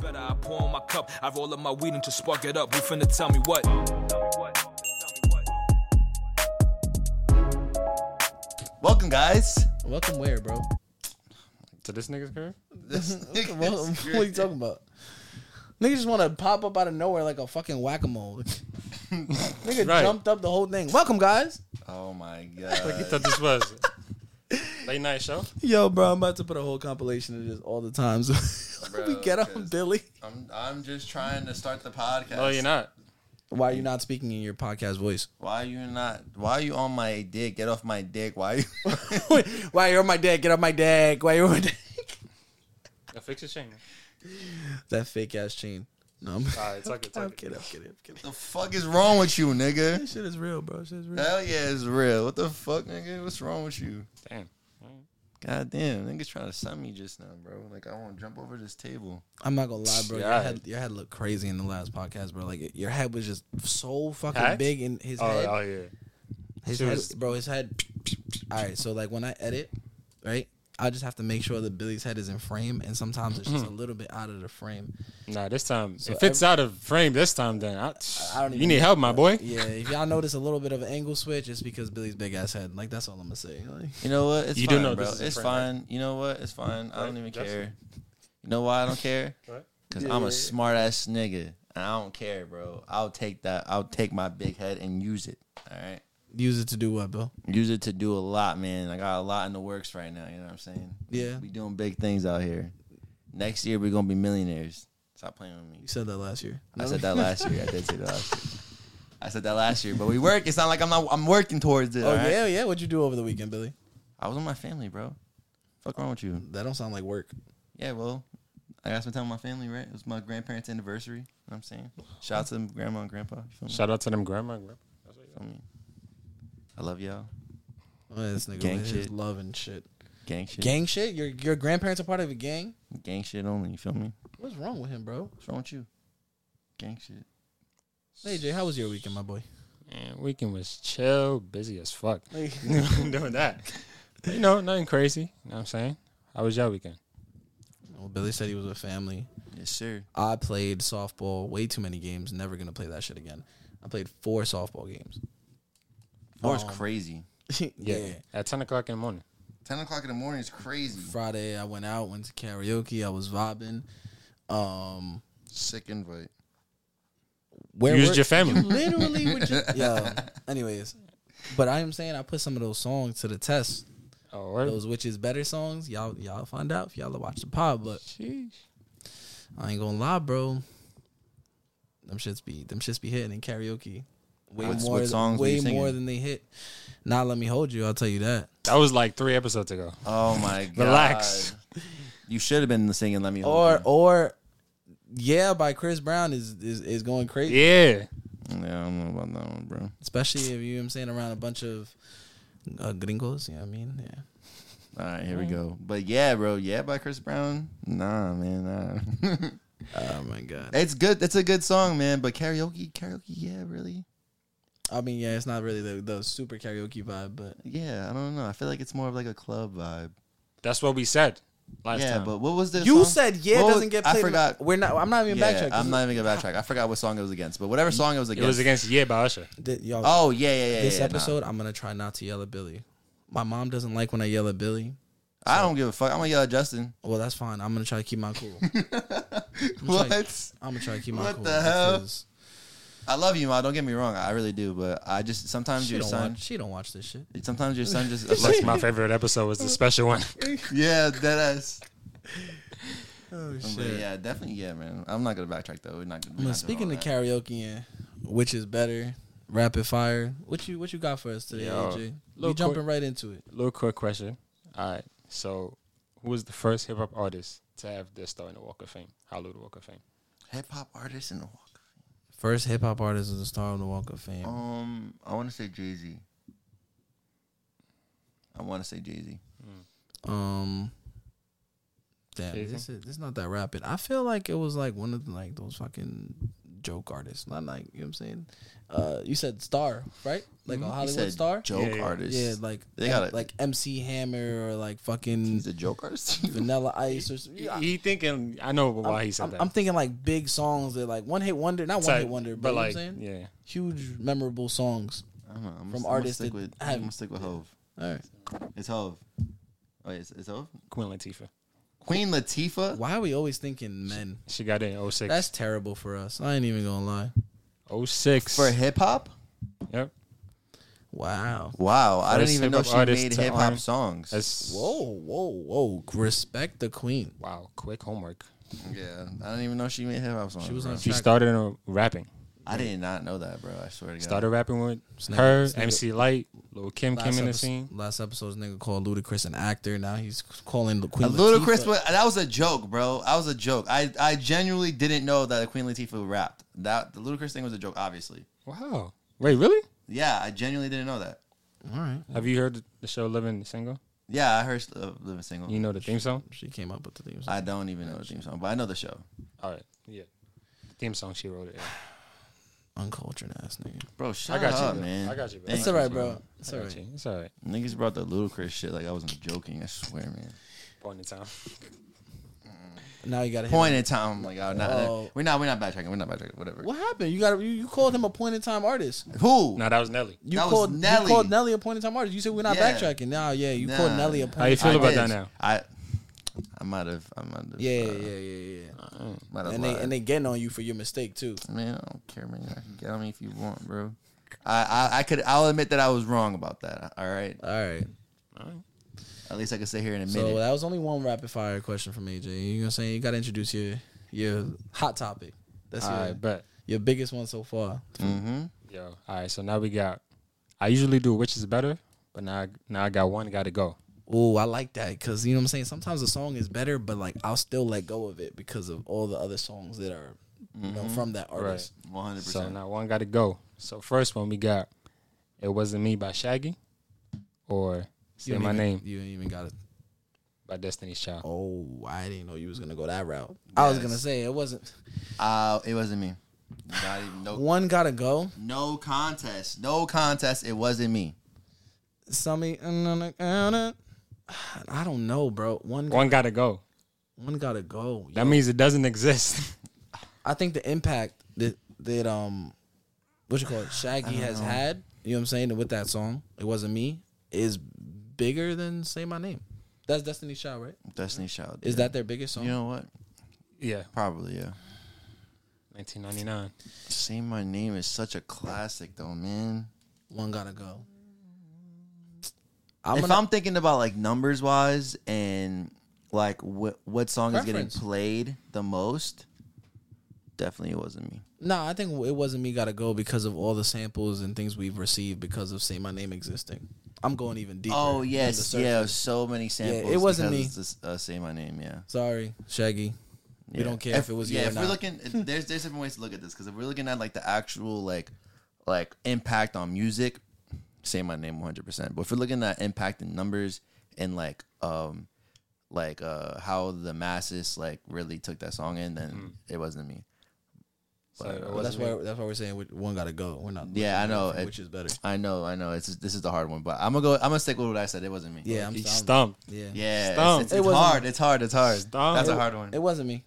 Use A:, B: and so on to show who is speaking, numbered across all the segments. A: better. I pour on my cup, I roll up my weed and just spark it up. You finna tell me what?
B: Welcome, guys.
C: Welcome where, bro?
D: To this nigga's curve?
B: This
C: Welcome, welcome. What are you talking about? Niggas just want to pop up out of nowhere like a fucking whack a mole. Nigga
D: Right.
C: jumped up the whole thing. Welcome, guys.
B: Oh my
D: Like you
B: god.
D: thought this was. Late night show?
C: Yo, bro, I'm about to put a whole compilation of this all the times. we
B: Bro,
C: get on
B: cause-
C: Billy.
B: I'm I'm just trying to start the podcast.
D: No, Oh, you're not.
C: Why are you not speaking in your podcast voice?
B: Why you not? Why you on my dick? Get off my dick. Why you?
C: Why you're on my dick? Get off my dick. Why you're on my dick?
D: Now fix your chain.
C: That fake ass chain. No, I'm,
D: All right, tuck it,
C: I'm
D: tuck it.
C: kidding. I'm kidding. I'm kidding.
B: the fuck is wrong with you, nigga?
C: This shit is real, bro. This shit is real.
B: Hell yeah, it's real. What the fuck, nigga? What's wrong with you?
D: Damn.
B: God damn, niggas trying to send me just now, bro. Like I want to jump over this table.
C: I'm not gonna lie, bro. Your
D: Yeah.
C: head, your head looked crazy in the last podcast, bro. Like your head was just so fucking
D: Hats?
C: big in his
D: Oh,
C: head.
D: oh, yeah.
C: His
D: She
C: head,
D: was-
C: bro. His head. All right, so like when I edit, right, I just have to make sure that Billy's head is in frame, and sometimes it's
D: Mm-hmm.
C: just a little bit out of the frame.
D: Nah, this time.
C: So
D: if it's out of frame this time, then I,
C: I don't
D: you
C: even
D: need help, my boy.
C: Yeah, if y'all notice a little bit of an angle switch, it's because Billy's big ass head. Like that's all I'm gonna say. Like,
B: You know what? It's
D: You do
B: fine,
D: know
B: bro.
D: this is a
B: It's
D: prank,
B: fine. You know what? It's fine. I don't
D: Right?
B: even
D: That's-
B: care. You know why I don't care?
D: Right?
B: Because I'm a smart ass nigga. And I don't care, bro. I'll take that. I'll take my big head and use it. All right.
C: use it to do what, Bill?
B: Use it to do a lot, man. I got a lot in the works right now. You know what I'm saying?
C: Yeah.
B: We doing big things out here. Next year we're gonna be millionaires. Stop playing with me.
C: You said that last year.
B: I said that last year. I did say that last year. I said that last year, but we work. It's not like I'm not. I'm working towards it.
C: Oh
B: all right?
C: yeah, yeah. What'd you do over the weekend, Billy?
B: I was with my family, bro. Fuck wrong with you?
C: That don't sound like work.
B: Yeah, well, I got some time with my family, right? It was my grandparents' anniversary. You know what I'm saying? Shout out to them, grandma and grandpa. You feel me?
D: Shout out to them grandma and grandpa. That's what you
B: You feel me? I love y'all.
C: Oh, this nigga
B: Gang
C: with his
B: shit.
C: love and shit.
B: Gang shit.
C: Gang shit. Your your grandparents are part of a gang.
B: Gang shit only. You feel me?
C: What's wrong with him, bro?
B: What's wrong with you? Gang shit.
C: Hey Jay, how was your weekend, my boy?
D: Man, weekend was chill, busy as fuck. doing that. But, you know, nothing crazy. You know what I'm saying? How was your weekend?
C: Well, Billy said he was with family.
B: Yes, sir.
C: I played softball way too many games. Never gonna play that shit again. I played four softball games.
B: Four is
C: Um,
B: crazy.
C: yeah.
D: At 10 o'clock in the morning.
B: 10 o'clock in the morning is crazy.
C: Friday, I went out, went to karaoke. I was vibing. Um,
B: Sick invite.
C: where
D: Used
C: were-
D: your family.
C: You literally were just yeah. Anyways, but I am saying I put some of those songs to the test.
D: Oh, word.
C: Those which is better songs, y'all y'all find out if y'all watch the pod. But
D: Sheesh.
C: I ain't gonna lie, bro. Them shits be them shits be hitting in karaoke. Way
B: What's-
C: more,
B: what songs were you
C: way more
B: singing?
C: than they hit. Not let me hold you. I'll tell you that.
D: That was like three episodes ago.
B: Oh, my God.
D: Relax.
B: You should have been singing Let Me
C: Or
B: Hold
C: or yeah, by Chris Brown is is, is going crazy.
D: Yeah.
B: You. Yeah, I don't know about that one, bro.
C: Especially if you know what I'm saying around a bunch of uh, gringos. You know what I mean? Yeah.
B: All right, here we go. But yeah, bro. Yeah, by Chris Brown. Nah, man. Nah.
C: Oh my god.
B: It's good. It's a good song, man. But karaoke, karaoke, yeah, really,
C: I mean, yeah, it's not really the, the super karaoke vibe, but
B: yeah. I don't know. I feel like it's more of like a club vibe.
D: That's what we said last
B: yeah,
D: time.
B: but what was the?
C: you
B: song?
C: said yeah
B: What was-
C: doesn't get played.
B: I forgot.
C: We're not. I'm not even
B: yeah,
C: backtracking.
B: I'm not even gonna backtrack. I forgot what song it was against, but whatever song it was
D: it
B: against.
D: was against Yeah by Usher.
C: Th- y'all-
B: Oh yeah, yeah, yeah.
C: this
B: yeah, nah.
C: episode, I'm gonna try not to yell at Billy. My mom doesn't like when I yell at Billy.
B: I don't give a fuck. I'm gonna yell at Justin.
C: Well, that's fine. I'm gonna try to keep my cool. I'm
B: what?
C: gonna try to keep my
B: What
C: cool.
B: the hell?
C: because
B: I love you, ma. Don't get me wrong. I really do, but I just sometimes
C: She
B: your
C: don't
B: son,
C: watch. She don't watch this shit.
B: sometimes your son just
D: That's my favorite episode was the special one.
B: yeah, that ass.
C: Oh
B: But yeah, definitely, yeah, man. I'm not gonna backtrack though. We're not. We're
C: Well,
B: not
C: speaking
B: doing
C: of
B: all
C: karaoke and which is better, rapid fire. What you what you got for us today,
D: Yo,
C: AJ?
D: little
C: We jumping
D: quick-
C: right into it.
D: Little quick question. All right. So, who was the first hip hop artist to have their star in the Walk of Fame? Hollywood Walk of Fame.
B: that. hip hop artist in the walk.
C: First hip hop artist is a star on the Walk of Fame.
B: Um, I want to say Jay Z. I want to say Jay Z.
D: Hmm.
C: Um, damn,
D: Jay-Z?
C: this is this is not that rapid. I feel like it was like one of the, like those fucking joke artist. Not like you know what I'm saying. Uh, you said star, right? Like
D: Hmm?
C: a
B: He
C: Hollywood
B: said
C: star.
B: joke
D: Yeah, yeah.
B: artist.
C: Yeah, like
B: They
C: M-
B: got it.
C: like MC Hammer or like fucking
B: he's a joke artist.
C: Vanilla Ice or something.
D: He, he thinking I know why he said
C: I'm,
D: that.
C: I'm thinking like big songs that like one hit wonder, not one
D: Type,
C: hit wonder, but, you know what
D: like
C: I'm saying
D: yeah,
C: huge memorable songs.
B: I don't know. I'm gonna-
C: From
B: I'm gonna
C: artists
B: stick
C: that
B: with,
C: have-
B: I'm gonna stick with Hove.
C: All right,
B: It's Hove. Oh, it's, it's Hove.
D: Queen Latifah.
B: Queen Latifah.
C: why are we always thinking men?
D: She got it in 06.
C: That's terrible for us. I ain't even gonna lie.
D: 06.
B: for hip hop.
D: Yep.
C: Wow.
B: Wow, I
D: First
B: didn't even know
D: hip-hop
B: she
D: artist
B: made
D: to
B: hip hop
D: earn-
B: songs.
D: That's
C: Whoa, whoa, whoa! Respect the queen.
D: wow. Quick homework.
B: yeah, I didn't even know she made hip hop songs.
C: She was
B: bro.
C: on-
D: She
C: Track-
D: started uh, rapping.
B: I did not know that, bro. I swear to God.
D: Started rapping with
C: Snip-
D: her,
C: snip it.
D: MC Light, Lil Kim came in the
C: epis-
D: scene.
C: last episode's nigga called Ludacris an actor. Now he's calling the
B: A
C: queen.
B: ludicrous,
C: Latifah.
B: but that was a joke, bro. That was a joke. I, I genuinely didn't know that Queen Latifah rapped. That the ludicrous thing was a joke, obviously.
D: Wow. Wait, really?
B: Yeah, I genuinely didn't know that.
C: All right,
D: Have you heard the show Living Single?
B: Yeah, I heard uh, "Living Single."
D: You know the theme song?
C: she came up with the theme. song.
B: I don't even know the theme song, but I know the show,
D: All right. Yeah. The theme song she wrote it. yeah.
C: Uncultured ass nigga.
B: bro. Shut
D: got you,
B: up,
D: bro.
B: man.
D: I got you, bro.
B: Thank
C: It's all right,
B: bro.
C: bro. It's all
D: I got
C: right.
D: you. It's all right.
B: Niggas brought the ludicrous shit like I wasn't joking. I swear, man.
D: Point in time.
C: Now you got to
B: Point in time, I'm like, oh, nah,
C: Oh.
B: we're not, we're not backtracking. We're not backtracking. Whatever.
C: What happened? You got you, you called him a point in time artist.
B: Who?
D: No, that was Nelly.
C: You
B: That was
C: called
B: Nelly.
C: you called Nelly a point in time artist. You said we're not
B: Yeah.
C: backtracking. Now, yeah, you called
B: Nah.
C: Nelly a
D: How you
C: point.
D: feel
B: I
D: about
B: did.
D: that now?
B: I, I might have, I might have.
C: Yeah, yeah,
B: uh,
C: yeah, yeah, yeah.
B: Might have
C: And
B: lied.
C: they and they getting on you for your mistake too.
B: Man, I don't care, man. I can get on me if you want, bro. I, I, I could. I'll admit that I was wrong about that. All right.
C: All right.
B: At least I can sit here and admit
C: So
D: uh,
B: it.
C: that was only one rapid fire question from AJ. You know what I'm saying? You got to introduce your your hot topic. That's your,
D: I bet.
C: your biggest one so far.
B: Mm-hmm.
D: Yo. All right. So now we got. I usually do which is better, but now I, now I got one. Got to go.
C: Oh, I like that because you know what I'm saying. Sometimes a song is better, but like I'll still let go of it because of all the other songs that are you know,
B: Mm-hmm.
C: from that artist.
B: One hundred
D: So
B: percent.
D: now one got to go. So first one we got. It wasn't me by Shaggy, or say
C: You
D: my
C: ain't even-
D: name
C: You ain't even got it.
D: by Destiny's Child.
C: Oh, I didn't know you was gonna go that route. I was
B: Yes.
C: gonna say it wasn't.
B: Uh, it wasn't me. Not even, no,
C: One gotta go.
B: no contest. No contest. It wasn't me.
C: Somebody, uh, I don't know, bro. One
D: One got to go.
C: one gotta go.
D: That means it doesn't exist.
C: I think the impact that that um what you call it Shaggy has had, you know what I'm saying, with that song, it wasn't me, is bigger than say my name. That's Destiny's Child, right?
B: Destiny Child.
C: Is
B: yeah.
C: that their biggest song?
B: You know what?
D: yeah.
B: Probably yeah.
D: 1999.
B: Say my name is such a classic though, man.
C: One gotta go. I'm
B: if
C: gonna
B: I'm thinking about like numbers wise and like what what song is
C: Preference.
B: getting played the most, definitely it wasn't me.
C: nah, I think it wasn't me gotta go because of all the samples and things we've received because of say my name existing. I'm going even deeper.
B: Oh
C: than the
B: yes,
C: surface.
B: yeah. So many samples.
C: it wasn't
B: because
C: me.
B: it's just, uh, say my name, yeah.
C: Sorry, Shaggy. We
B: Yeah.
C: don't care if, it was
B: yeah.
C: you or
B: if
C: not.
B: we're looking, there's there's different ways to look at this because if we're looking at like the actual like like impact on music, say my name 100. percent But if we're looking at impact in numbers and like um like uh how the masses like really took that song in, then it wasn't me. uh,
D: Mm. So
C: Well,
D: it
C: that's
D: wasn't me.
C: why that's why we're saying we- one gotta go. We're not.
B: Yeah, I
C: looking at
B: know.
C: it from
B: It-
C: which is better.
B: I know, I know. It's this is the hard one, but I'm gonna go. I'm gonna stick with what I said. It wasn't me.
C: Yeah, I'm
D: He
C: I'm-
D: stumped.
C: Yeah.
B: yeah. It's,
D: Stomp.
B: it's,
C: It
B: it's
C: wasn't
B: hard. It's hard. It's hard.
D: Stomp.
B: That's a
D: It-
B: hard one.
C: It wasn't me.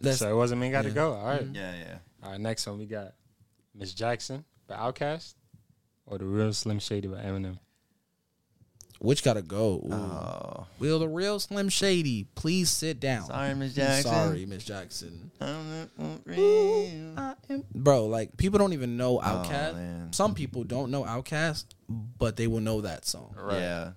C: That's
D: so it wasn't me. Got to
C: yeah.
D: go. All right.
B: yeah, yeah.
D: All right. Next one we got Miss Jackson by Outkast, or the real Slim Shady by Eminem.
C: which gotta go. Ooh.
B: Oh,
C: Will the real Slim Shady please sit down?
B: sorry, Miss
C: I'm
B: Jackson.
C: sorry, Miss Jackson.
B: I'm not real.
C: I am- Bro, like people don't even know Outkast.
B: Oh, man.
C: Some people don't know Outkast, but they will know that song.
B: Yeah,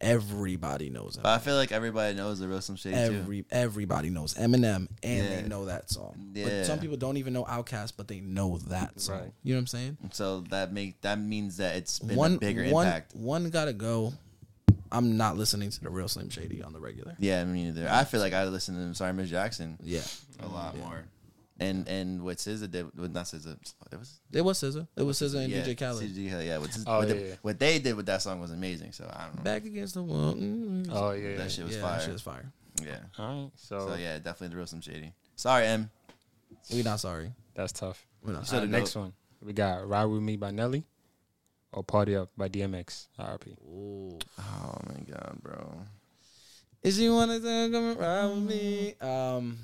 C: Everybody knows it.
B: but I feel like everybody knows the real Slim Shady too.
C: Every everybody knows Eminem, and
B: Yeah.
C: they know that song.
B: Yeah.
C: But some people don't even know Outkast, but they know that song.
D: Right.
C: You know what I'm saying?
B: So that make that means that it's been
C: one
B: a bigger
C: one
B: impact.
C: one gotta go. I'm not listening to the real Slim Shady on the regular.
B: Yeah, me neither. I feel like I listen to Sorry Miss Jackson
C: Yeah,
B: a lot more. And and what SZA did, well, not SZA, it was
C: it was SZA. It was SZA and
B: yeah,
C: DJ Khaled.
B: CJ Khaled, yeah, what, SZA,
D: Oh,
B: what,
D: yeah,
B: the-
D: yeah.
B: what they did with that song was amazing. So I don't know.
C: Back against the wall. Mm.
D: Oh yeah.
B: that shit was
C: yeah,
B: fire.
C: that shit is fire.
B: yeah.
D: All right. So,
C: Oh.
B: So yeah, definitely the real Slim Shady. Sorry, M.
C: We not sorry.
D: that's tough.
C: We're not.
D: So the next one, we got Ride With Me by Nelly or Party Up by DMX. RP.
B: Oh my god, bro.
C: Is she wanna come and ride with me? Um,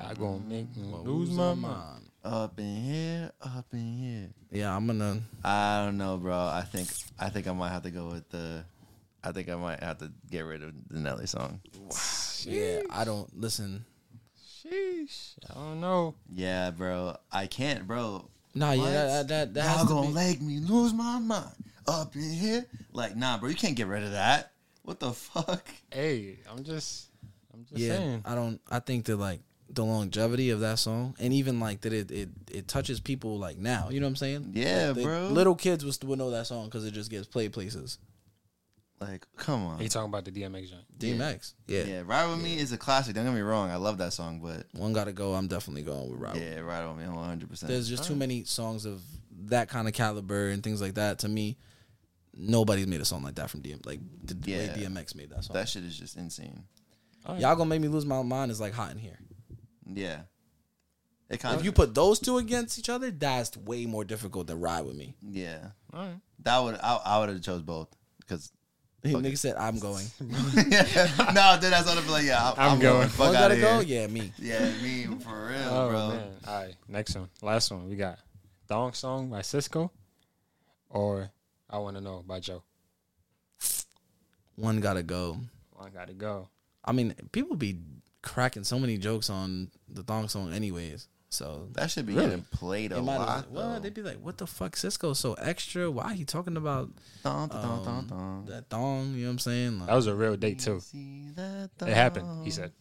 D: I gonna make me lose my mind.
B: Up in here, up in here.
C: Yeah, I'm gonna.
B: I don't know, bro. I think I think I might have to go with the. I think I might have to get rid of the Nelly song.
C: Yeah, I don't listen.
D: Sheesh. I don't know.
B: Yeah, bro. I can't, bro.
C: Nah, Oh, yeah,
B: What?
C: that that, that
B: Y'all
C: has to
B: gonna
C: be.
B: make me lose my mind up in here. Like, nah, bro. You can't get rid of that. What the fuck?
D: Hey, I'm just, I'm just
C: yeah,
D: saying.
C: I don't. I think that like the longevity of that song, and even like that it it, it touches people like now. You know what I'm saying?
B: Yeah,
C: They-
B: bro.
C: Little kids would, would know that song because it just gets played places.
B: Like, come on.
D: Are you talking about the DMX joint?
C: DMX. Yeah.
B: Yeah, Ride With Me is a classic. Don't get me wrong. I love that song, but
C: One gotta go. I'm definitely going with Rob.
B: yeah, Ride With Me 100%.
C: Oh. There's just too many songs of that kind of caliber and things like that. To me, nobody's made a song like that from DM. Like the the way
B: Yeah.
C: DMX made that song.
B: that shit is just insane.
C: Y'all gonna make me lose my mind is like hot in here.
B: Yeah. It kind
C: If
B: of,
C: you put those two against each other, that's way more difficult than ride with me.
B: yeah.
D: All right.
B: That would, I, I would have chose both. Because,
C: The nigga said, "I'm going."
B: no, dude, that's what I'd be like, yeah, I, I'm,
D: I'm
B: going.
D: going.
B: Fuck
C: One
B: out
C: gotta
B: of
C: go.
B: here.
C: Yeah, me.
B: Yeah, me, for real,
D: Oh
B: bro.
D: man. All right. Next one. Last one. We got Thong Song by Cisco or I Wanna Know by Joe.
C: One gotta go.
D: I gotta go.
C: I mean, people be cracking so many jokes on the thong song, anyways. So
B: That should be
C: Really?
B: getting played a
C: they might as-
B: lot.
C: well,
B: though.
C: they'd be like, "What the fuck, Cisco? So extra? Why he talking about
B: Dun, dun, dun,
C: Um,
B: dun, dun.
C: that thong?" You know what I'm saying? Like,
D: That was a real date too.
B: See that
D: It happened.
B: thong?
D: He said.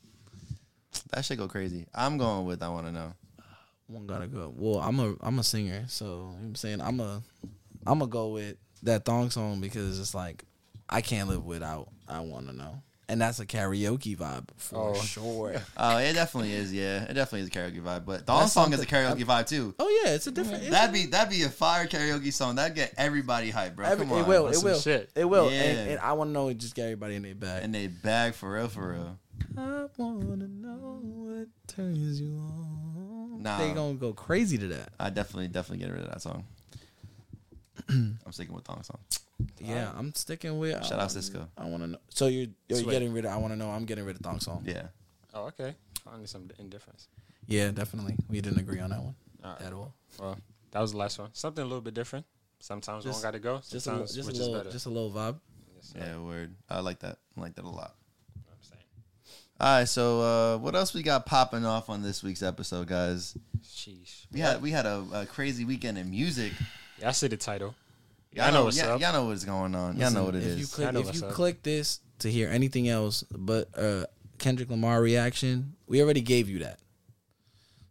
B: That should go crazy. I'm going with I want to know.
C: one gotta go. Well, I'm a I'm a singer, so you know what I'm saying I'm a I'm gonna go with that thong song because it's like I can't live without I wanna know. And that's a karaoke vibe for
D: Oh.
C: sure.
B: Oh, it definitely is. Yeah, it definitely is a karaoke vibe. But Dawn song is a karaoke vibe too.
C: Oh yeah, it's a different it's
B: That'd be that'd be a fire karaoke song. That'd get everybody hyped, bro.
C: every,
B: Come on,
C: it will,
D: that's
C: it
D: some
C: will.
D: shit.
C: It will.
B: Yeah.
C: And, and I wanna know it just get everybody in their bag.
B: And they bag for real, for real.
C: I wanna know what turns you on.
B: Nah.
C: They gonna go crazy to that.
B: I definitely definitely get rid of that song. I'm sticking with Dawn song.
C: Yeah, I'm sticking with um,
B: Shout out Cisco.
C: I wanna know. So you're you're
D: Sweat.
C: getting rid of I wanna know, I'm getting rid of thong song.
B: Yeah,
D: Oh, okay. Finally some indifference.
C: Yeah, definitely. We didn't agree on that one
D: All right.
C: at all.
D: Well, that was the last one. Something a little bit different. Sometimes
C: Just-
D: one gotta go.
C: Just a, little,
D: Sometimes
C: just a
D: which is
C: little,
D: better.
C: just a little vibe.
D: Yes, sir.
B: yeah. Word. I like that. I like that a lot.
D: You know what I'm saying.
B: All right. So uh, what else we got popping off on this week's episode, guys?
D: Sheesh.
B: We had we had a, a crazy weekend in music.
D: Y'all see the title. Y'all know what's
B: yeah,
D: up.
B: Y'all know what's going on. y'all know what it
C: if You
B: is.
C: click,
D: I know
C: if
D: what's
C: you
D: up.
C: click this to hear anything else but uh, Kendrick Lamar reaction, we already gave you that.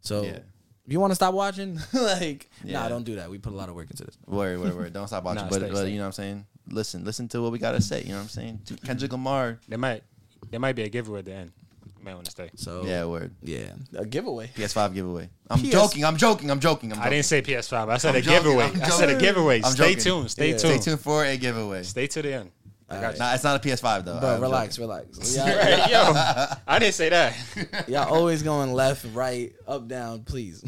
C: So
B: Yeah.
C: if you want to stop watching, like,
B: Yeah.
C: nah, don't do that. We put a lot of work into this.
B: Worry, worry, worry. Don't stop watching.
D: Nah,
B: but,
D: stay,
B: but
D: stay.
B: you know what I'm saying? Listen, listen to what we gotta say. You know what I'm saying? To Kendrick
D: Mm-hmm.
B: Lamar.
D: There might, there might be a giveaway at the end. You might want to stay.
C: So
B: Yeah, word.
C: yeah, a giveaway.
B: PS5 giveaway. I'm
C: PS
B: joking. I'm joking. I'm joking. I'm joking.
D: I didn't say PS5. I said
B: I'm
D: a
B: joking,
D: giveaway.
B: I'm
D: I said a
B: joking.
D: giveaway.
B: I'm
D: Stay
B: joking.
D: tuned. Stay
C: Yeah.
B: Stay
D: tuned.
B: tuned for a giveaway.
D: Stay to the end. I got you.
B: Nah, it's not a PS5 though.
C: But
B: I'm
C: relax,
B: joking.
C: relax. Y'all,
D: Right, yo, I didn't say that.
C: y'all always going left, right, up, down. Please.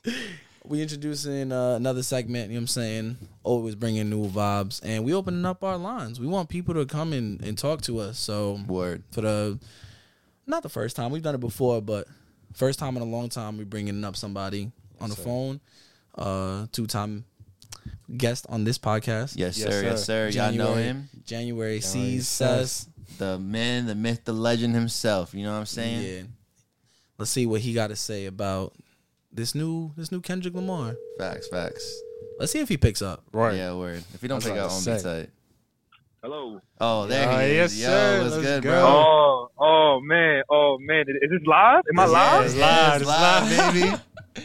C: we introducing uh, another segment. You know what I'm saying? Always bringing new vibes, and we opening up our lines. We want people to come in and talk to us. So
B: Word.
C: for the not the first time we've done it before, but first time in a long time we're bringing up somebody on the
D: sir.
C: phone. Uh, two time guest on this podcast.
B: Yes,
D: Yes,
B: sir. Yes, sir.
D: sir.
B: Y'all know him.
C: January sees
D: Sus.
C: us.
B: The man, the myth, the legend himself. You know what I'm saying?
C: Yeah. Let's see what he got to say about this new this new Kendrick Lamar.
B: Facts, facts.
C: Let's see if he picks up.
D: Right.
B: Yeah, word. If you don't
D: That's
B: pick
D: what I
B: up
D: was
B: on be
D: saying.
B: tight.
E: Hello.
B: Oh, there
D: Yeah,
B: he is.
D: yes,
B: Yo,
D: sir.
B: what's
D: Let's
B: good,
D: go.
B: bro?
E: Oh, oh man, oh man, is this live? Am I
B: Yeah,
E: live?
B: it's
D: live,
B: It's
D: it's
B: live,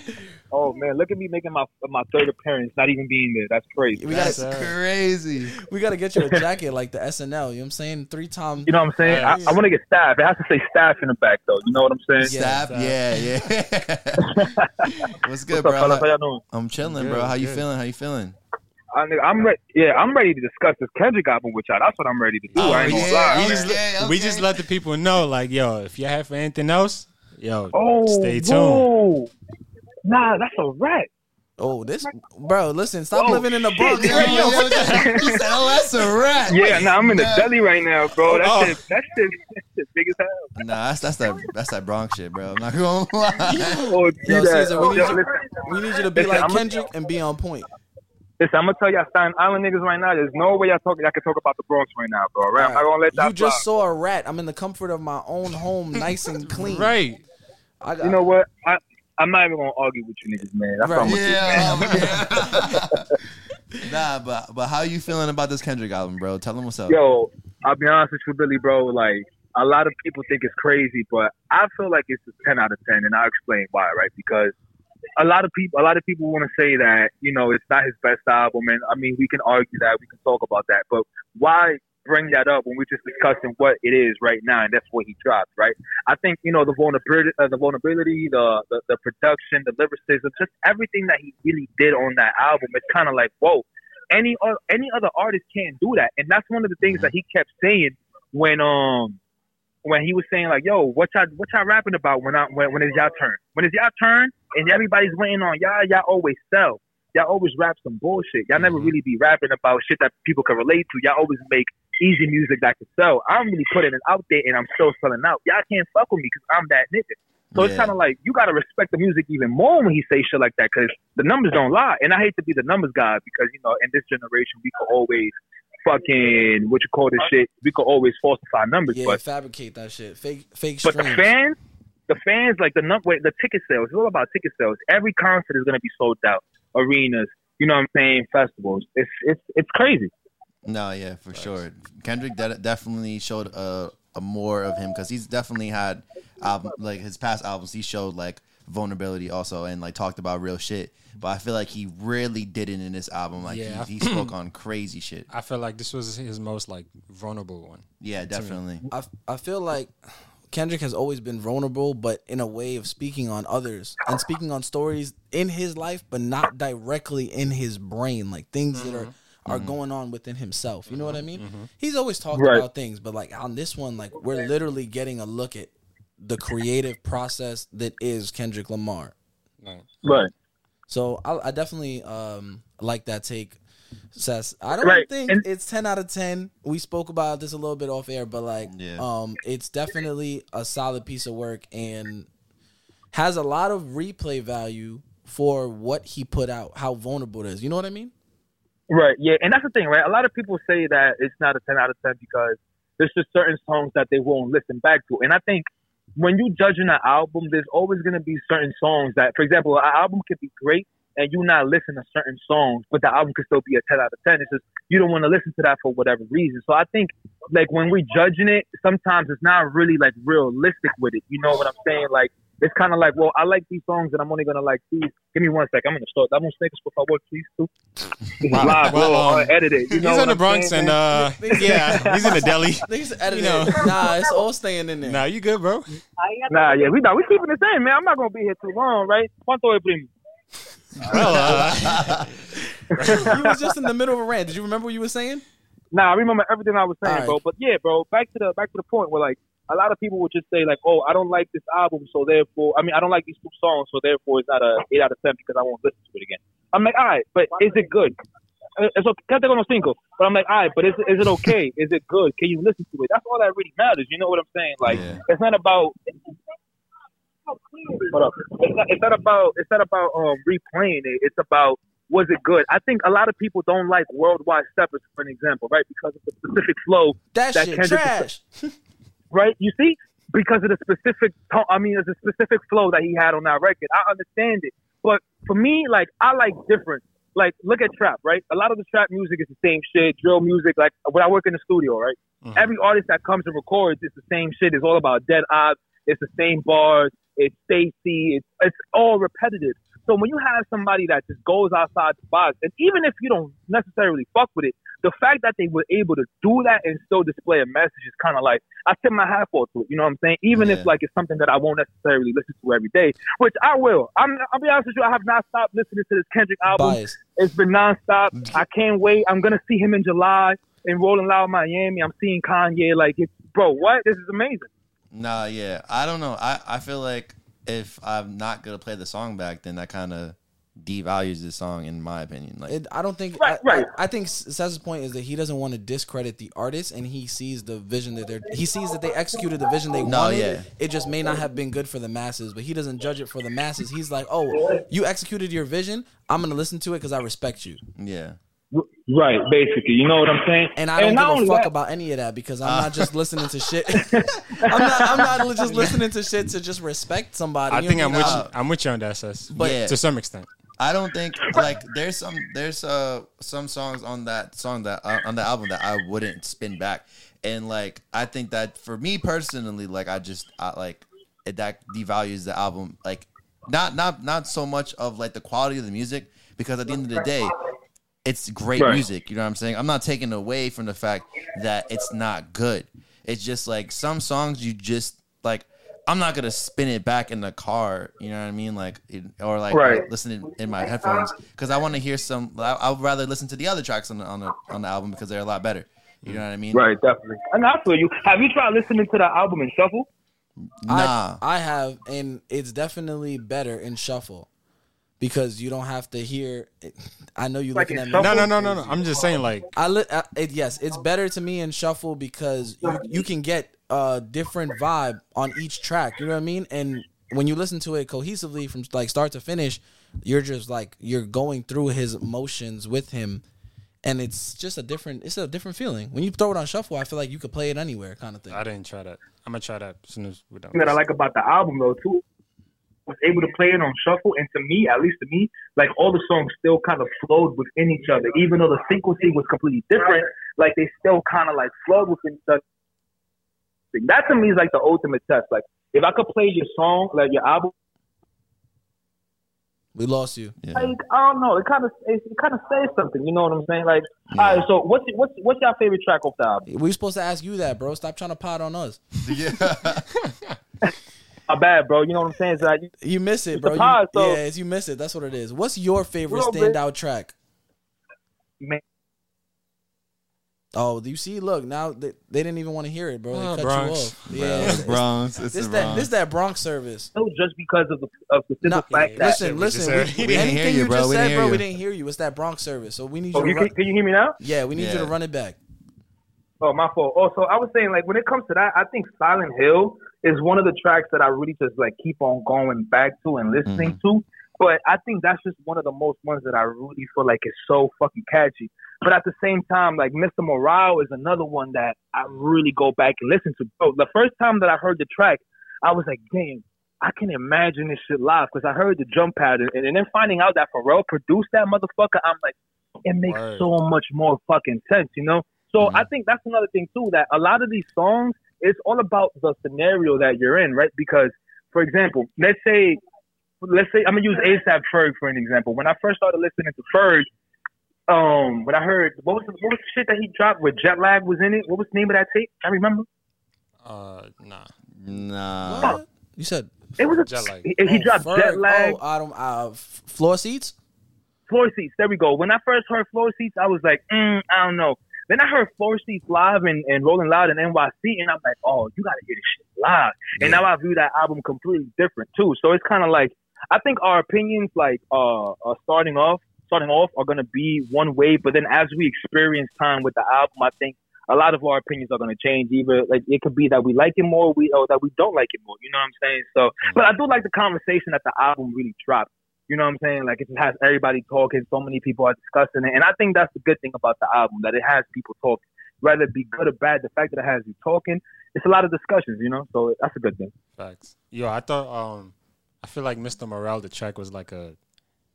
B: baby.
E: Oh man, look at me making my my third appearance, not even being there. That's crazy.
C: We
B: That's
C: gotta
D: sir.
B: crazy.
C: we gotta get you a jacket like the SNL. You know what I'm saying? Three time.
E: You know what I'm saying? I, I want to get staff. It has to say staff in the back though. You know what I'm saying?
C: Yeah,
B: Stop.
D: stop.
B: Yeah, yeah. What's good, bro?
E: What's up, fellas? How y'all doing?
B: I'm chilling,
D: Good,
B: bro. How you
D: good.
B: feeling? How you feeling?
E: I, nigga, I'm ready. Yeah, I'm ready to discuss this Kendrick album with y'all. That's what I'm ready to do.
D: Oh,
E: I ain't
D: yeah,
E: gonna lie.
D: we just
B: Okay, okay.
D: We just let the people know, like, yo, if you have for anything else, yo,
E: oh,
D: stay tuned.
E: whoa. Nah, that's a rat.
C: Oh, this bro, listen, stop
E: Oh,
C: living in the
E: shit,
C: Bronx.
E: yo,
C: bro.
E: yo,
B: he said, "Oh, that's a rat."
E: Yeah, nah, I'm in the deli right now, bro. That
D: Oh.
E: shit, that shit, that shit big as hell.
B: Nah, that's that's that that's that Bronx shit, bro. I'm not gonna lie.
E: Oh, do
C: Yo,
E: that.
C: Caesar, we
E: Oh,
C: need
E: yo,
C: you- We
E: listen,
C: need you to be
E: Listen,
C: like
E: I'm a-
C: Kendrick and be on point.
E: listen, I'm gonna tell y'all, Staten Island niggas right now. There's no way I talk, I can talk about the Bronx right now, bro. Right? I'm not gonna let
C: you
E: that
C: just
E: fly.
C: saw a rat. I'm in the comfort of my own home, nice and clean.
D: Right.
C: I got,
E: You know what? I, I'm not even gonna argue with you niggas, man. That's
C: Right.
E: what I'm gonna do, man.
B: yeah, um, yeah. nah, but but how you feeling about this Kendrick album, bro? Tell him what's up.
E: Yo, I'll be honest with you, Billy, bro. Like a lot of people think it's crazy, but I feel like it's a ten out of ten, and I'll explain why, right? Because a lot of people, a lot of people want to say that you know it's not his best album, and I mean we can argue that, we can talk about that, but why bring that up when we're just discussing what it is right now, and that's what he dropped, right? I think you know the vulnerability, uh, the vulnerability, the, the the production, the lyricism, just everything that he really did on that album. It's kind of like whoa, any o- any other artist can't do that, and that's one of the things that he kept saying when um when he was saying like yo, what y'all what y'all rapping about when I when when is y'all turn when is y'all turn and everybody's waiting on y'all y'all always sell. Y'all always rap some bullshit. Y'all never really be rapping about shit that people can relate to. Y'all always make easy music that can sell. I'm really putting it out there and I'm still selling out. Y'all can't fuck with me because I'm that nigga. So it's
B: Yeah.
E: kind of like you gotta respect the music even more when he say shit like that because the numbers don't lie. And I hate to be the numbers guy because you know in this generation we could always fucking what you call this shit. We could always falsify numbers,
C: yeah,
E: but
C: fabricate that shit. Fake, fake
E: but
C: streams.
E: the fans, the fans like the number, the ticket sales. It's all about ticket sales. Every concert is gonna be sold out. Arenas, you know what I'm saying? Festivals. It's it's it's crazy.
B: No, yeah, for sure. Kendrick de- definitely showed a, a more of him because he's definitely had album like his past albums. He showed like vulnerability also and like talked about real shit. But I feel like he really didn't in this album. Like
D: Yeah.
B: he, he spoke on crazy shit.
D: I feel like this was his most like vulnerable one.
B: Yeah, definitely.
C: I, I feel like Kendrick has always been vulnerable, but in a way of speaking on others and speaking on stories in his life, but not directly in his brain, like things that are are going on within himself. You know what I mean? He's always talking
E: Right.
C: about things, but like on this one, like we're literally getting a look at the creative process that is Kendrick Lamar.
D: Like,
E: Right.
C: So I, I definitely um, like that take, Sess. I don't
E: Right,
C: think
E: and-
C: it's ten out of ten. We spoke about this a little bit off air, but like,
B: Yeah.
C: um, it's definitely a solid piece of work and has a lot of replay value for what he put out. How vulnerable it is. You know what I mean?
E: Right, yeah, and that's the thing, right? A lot of people say that it's not a ten out of ten because there's just certain songs that they won't listen back to, and I think when you judging an album, there's always gonna be certain songs that, for example, an album could be great and you not listen to certain songs, but the album could still be a ten out of ten. It's just you don't want to listen to that for whatever reason. So I think like when we're judging it, sometimes it's not really like realistic with it. You know what I'm saying? Like it's kind of like, well, I like these songs, and I'm only gonna like these. Give me one sec. I'm gonna start. I'm gonna snake this before I work, please, too. This is
D: Wow.
E: live,
D: Well,
E: bro.
D: um,
E: I'll edit it. You know
D: he's
E: what
D: in the
E: I'm
D: Bronx
E: saying,
D: and
E: man?
D: uh yeah, he's in the deli.
C: Niggas edited.
D: know.
C: it. Nah, it's all staying in there.
D: Nah, you good, bro?
E: nah, yeah, we nah, we keeping the same, man. I'm not gonna be here too long, right? Cuánto es primo?
D: Well, uh,
C: You was just in the middle of a rant. Did you remember what you were saying?
E: Nah, I remember everything I was saying,
C: Alright.
E: bro. But yeah, bro, back to the back to the point where like a lot of people would just say like, "Oh, I don't like this album, so therefore, I mean, I don't like these two songs, so therefore, it's not a eight out of ten because I won't listen to it again." I'm like, "All right, but is it good?" Uh, It's okay. Can't take on a single, but I'm like, "All right, but is is it okay? Is it good? Can you listen to it?" That's all that really matters. You know what I'm saying? Like,
B: Yeah.
E: it's not about. Hold up. It's not, it's not about it's not about um replaying it. It's about was it good? I think a lot of people don't like worldwide steppers, for an example, right? Because of the specific flow,
C: That,
E: That
C: shit
E: Kendrick-
C: trash.
E: right? You see, because of the specific, to- I mean, there's a specific flow that he had on that record. I understand it, but for me, like I like different. Like, look at trap, right? A lot of the trap music is the same shit. Drill music, like when I work in the studio, right?
D: Mm-hmm. Mm.
E: Every artist that comes and records, it's the same shit. It's all about dead odds. It's the same bars. It's Stacy. It's it's all repetitive. So when you have somebody that just goes outside the box, and even if you don't necessarily fuck with it, the fact that they were able to do that and still display a message is kind of like I tip my hat off to it. You know what I'm saying? Even
B: Yeah.
E: if like it's something that I won't necessarily listen to every day, which I will. I'm I'll be honest with you. I have not stopped listening to this Kendrick album.
C: Bias.
E: It's been nonstop. I can't wait. I'm gonna see him in July in Rolling Loud, Miami. I'm seeing Kanye. Like, it's, bro, what? This is amazing.
B: Nah, yeah. I don't know. I, I feel like if I'm not gonna play the song back, then that kind of devalues the song, in my opinion. Like,
C: It, I don't think.
E: Right,
C: I,
E: right.
C: I, I think Seth's point is that he doesn't want to discredit the artist, and he sees the vision that they're. He sees that they executed the vision they
B: No,
C: wanted.
B: yeah.
C: It just may not have been good for the masses, but he doesn't judge it for the masses. He's like, "Oh, you executed your vision. I'm gonna listen to it because I respect you,
B: yeah,
E: Right, basically. You know what I'm saying?
C: and I don't
E: not
C: give a
E: only
C: fuck
E: that-
C: about any of that because
D: Uh.
C: I'm not just listening to shit. I'm not. I'm not just listening to shit to just respect somebody.
D: I
C: You
D: think
C: know
D: I'm
C: what
D: with
C: mean?
D: you. I'm with you on that, sis.
B: But- Yeah.
D: to some extent,
B: I don't think like there's some there's uh some songs on that song that uh, on the album that I wouldn't spin back, and like I think that for me personally, like I just I, like it, that devalues the album. Like, not not not so much of like the quality of the music because at the end of the day, it's great
E: Right.
B: music. You know what I'm saying? I'm not taking away from the fact that it's not good. It's just like some songs you just like. I'm not gonna spin it back in the car. You know what I mean? Like, it- or like
E: Right.
B: listen in, in my headphones because I want to hear some. I, I would rather listen to the other tracks on the on the on the album because they're a lot better. You know what I mean?
E: Right, definitely. And I feel you. Have you tried listening to the album in shuffle?
B: Nah.
C: I, I have, and it's definitely better in shuffle because you don't have to hear. I know you
E: Like
C: looking
E: in
C: at me.
E: shuffle?
D: no, no, no, no, no. I'm just saying, like,
C: I li- I, it, yes, it's better to me in shuffle because you, you can get a different vibe on each track. You know what I mean? And when you listen to it cohesively from like start to finish, you're just like you're going through his motions with him, and it's just a different. It's a different feeling when you throw it on shuffle. I feel like you could play it anywhere, kind of thing.
D: I didn't try that. I'm gonna try that as soon as we're done.
E: thing that I like about the album though too was able to play it on shuffle and to me at least to me like all the songs still kind of flowed within each other even though the sequencing was completely different like they still kind of like flowed within each other that to me is like the ultimate test like if I could play your song like your album
C: We lost you.
B: Yeah.
E: like I don't know it kind of it, it kind of says something you know what I'm saying like all right so what's what's what's your favorite track off the album
C: We were supposed to ask you that, bro. Stop trying to pot on us.
B: yeah.
E: my bad bro you know what I'm saying it's like
C: You miss it,
E: It's
C: bro.
E: a
C: You-
E: pod, so-
C: yeah, it's, you miss it. That's what it is. What's your favorite
E: Little bit.
C: standout track?
E: man
C: Oh, do you see? Look, now they, they didn't even want to hear it, bro. They
D: Ah,
C: cut
D: Bronx.
C: you off. Yeah,
B: Bronx. It's
C: this
B: the
C: that
B: Bronx.
C: this that Bronx service.
E: no, just because of the of the simple
C: No,
E: fact that
C: listen,
D: shit we just
C: listen.
D: heard.
C: we-
D: We didn't
C: anything
B: hear you,
C: you,
B: bro.
C: just
B: We
C: said,
B: didn't hear
C: bro, we
B: you.
C: didn't hear you. It's that Bronx service. So we need you.
E: oh,
C: to
E: you
C: run,
E: can, can you hear me now
C: yeah, we need you to
B: Yeah.
C: run it back.
E: Oh, my fault. Also, I was saying, like, when it comes to that, I think Silent Hill is one of the tracks that I really just, like, keep on going back to and listening to. But I think that's just one of the most ones that I really feel like is so fucking catchy. But at the same time, like, Mr. Morale is another one that I really go back and listen to. Bro, the first time that I heard the track, I was like, damn, I can imagine this shit live because I heard the drum pattern. And, and then finding out that Pharrell produced that motherfucker, I'm like, it makes
D: Word.
E: so much more fucking sense, you know? So I think that's another thing too that a lot of these songs it's all about the scenario that you're in, right? Because for example, let's say let's say I'm gonna use ASAP Ferg for an example. When I first started listening to Ferg, um, when I heard what was the, what was the shit that he dropped where Jet Lag was in it? What was the name of that tape? I remember.
D: Uh, nah.
B: Nah.
C: What? You said
E: It was a
D: Jet Lag.
E: He, he
C: oh,
E: dropped
C: Ferg.
E: Jet Lag.
C: Oh, I don't. Uh, f- floor seats.
E: floor seats. There we go. When I first heard floor seats, I was like, mm, I don't know. Then I heard floor seats live and, and Rolling Loud and NYC, and I'm like, oh, you gotta hear this shit live. And now I view that album completely different too. So it's kind of like I think our opinions, like uh, uh, starting off, starting off, are gonna be one way, but then as we experience time with the album, I think a lot of our opinions are going to change. Either like it could be that we like it more, we or that we don't like it more. You know what I'm saying? So, but I do like the conversation that the album really dropped. You know what I'm saying? Like it just has everybody talking. So many people are discussing it, and I think that's the good thing about the album that it has people talking. Whether it be good or bad, the fact that it has you talking, it's a lot of discussions. You know, so that's a good thing.
D: Facts. Yo, I thought um I feel like Mr. Morale the track was like a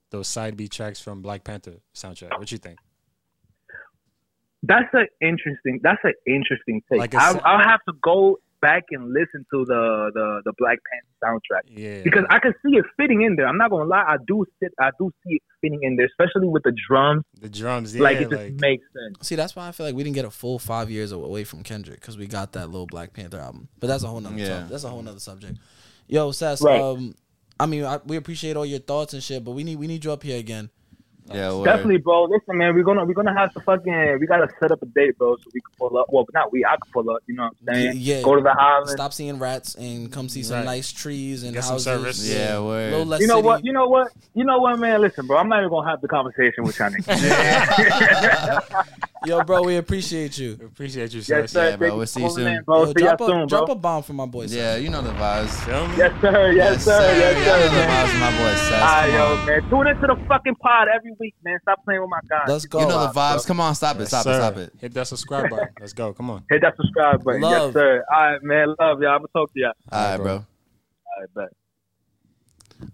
D: those side B tracks from Black Panther soundtrack. What you think?
E: That's an interesting. That's an interesting take.
D: Like a
E: I'll,
D: sa-
E: I'll have to go back and listen to the the, the Black Panther soundtrack.
D: Yeah.
E: because I can see it fitting in there. I'm not gonna lie, I do sit, I do see it fitting in there, especially with the drums.
D: the drums, yeah,
E: like it
D: like,
E: just makes sense.
C: See, that's why I feel like we didn't get a full five years away from Kendrick because we got that little Black Panther album. But that's a whole nother
B: Yeah.
C: sub- that's a whole nother subject. Yo, Sass,
E: Right.
C: um, I mean, I, we appreciate all your thoughts and shit, but we need we need you up here again.
B: Yeah, word.
E: Definitely, bro. Listen, man, we're gonna we're gonna have to fucking we gotta set up a date, bro, so we can pull up. Well, not we, I can pull up. You know what I'm saying?
C: Yeah.
E: Go to the island.
C: Stop seeing rats and come see some
D: Right.
C: nice trees and
D: Get some
C: houses.
D: service.
B: Yeah, word.
C: Little less
E: You know
C: city.
E: what? You know what? You know what, man? Listen, bro. I'm not even gonna have the conversation with y'all niggas.
C: Yo, bro, we appreciate you.
D: Appreciate you,
E: yes,
D: sis.
E: sir.
B: Yeah, bro,
E: Thank
B: we'll
E: for
B: see you
E: calling
B: soon.
E: in, bro.
C: Yo,
E: see y'all
C: drop, a,
E: soon, bro.
C: drop a bomb for my boys.
B: Yeah, you know the vibes.
D: Feel me?
E: Yes, sir. Yes, sir. Yes,
B: You know
E: sir.
B: the
E: man.
B: vibes, my boy. Sess.
E: All right,
B: Come
E: yo,
B: on.
E: man. Tune into the fucking pod every week, man. Stop playing with my guys.
C: Let's go.
B: You know the vibes. Come on, stop it,
D: Yes,
B: stop it,
D: sir.
B: stop it.
D: Hit that subscribe button. Let's go. Come on.
E: Hit that subscribe button.
C: Love.
E: Yes, sir. All right, man. Love y'all. I'm gonna talk to y'all.
B: All right, bro.
E: All right, bet.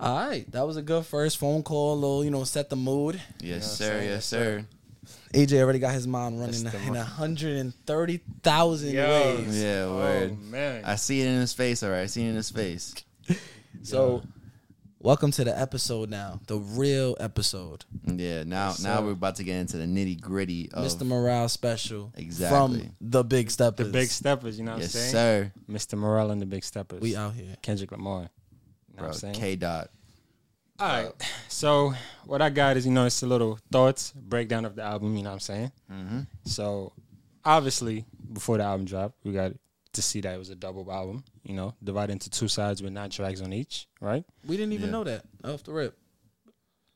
C: All right, that was a good first phone call. A little, you know, set the mood.
B: Yes, sir. Yes, sir.
C: AJ already got his mind running
D: That's the
C: in
D: mo-
C: 130,000
D: Yo.
C: ways.
B: Yeah,
D: Oh
B: word.
D: man.
B: I see it in his face. All right, I see it in his face.
C: So, welcome to the episode now, the real episode,
B: Yeah. Now, now we're about to get into the nitty gritty of
C: Mr. Morale special
B: Exactly.
C: from the Big Steppers.
D: the big steppers, you know what
B: Yes,
D: I'm saying?
B: sir.
D: Mr. Morel and the big steppers.
C: we out here.
D: Kendrick Lamar. You know what
B: Bro,
D: I'm saying?
B: K dot.
D: All right. So what I got is, you know, it's a little thoughts, breakdown of the album, you know what I'm saying? So obviously, before the album dropped, we got to see that it was a double album, you know, divided into two sides with nine tracks on each, right?
C: We didn't even
B: Yeah.
C: know that off the rip.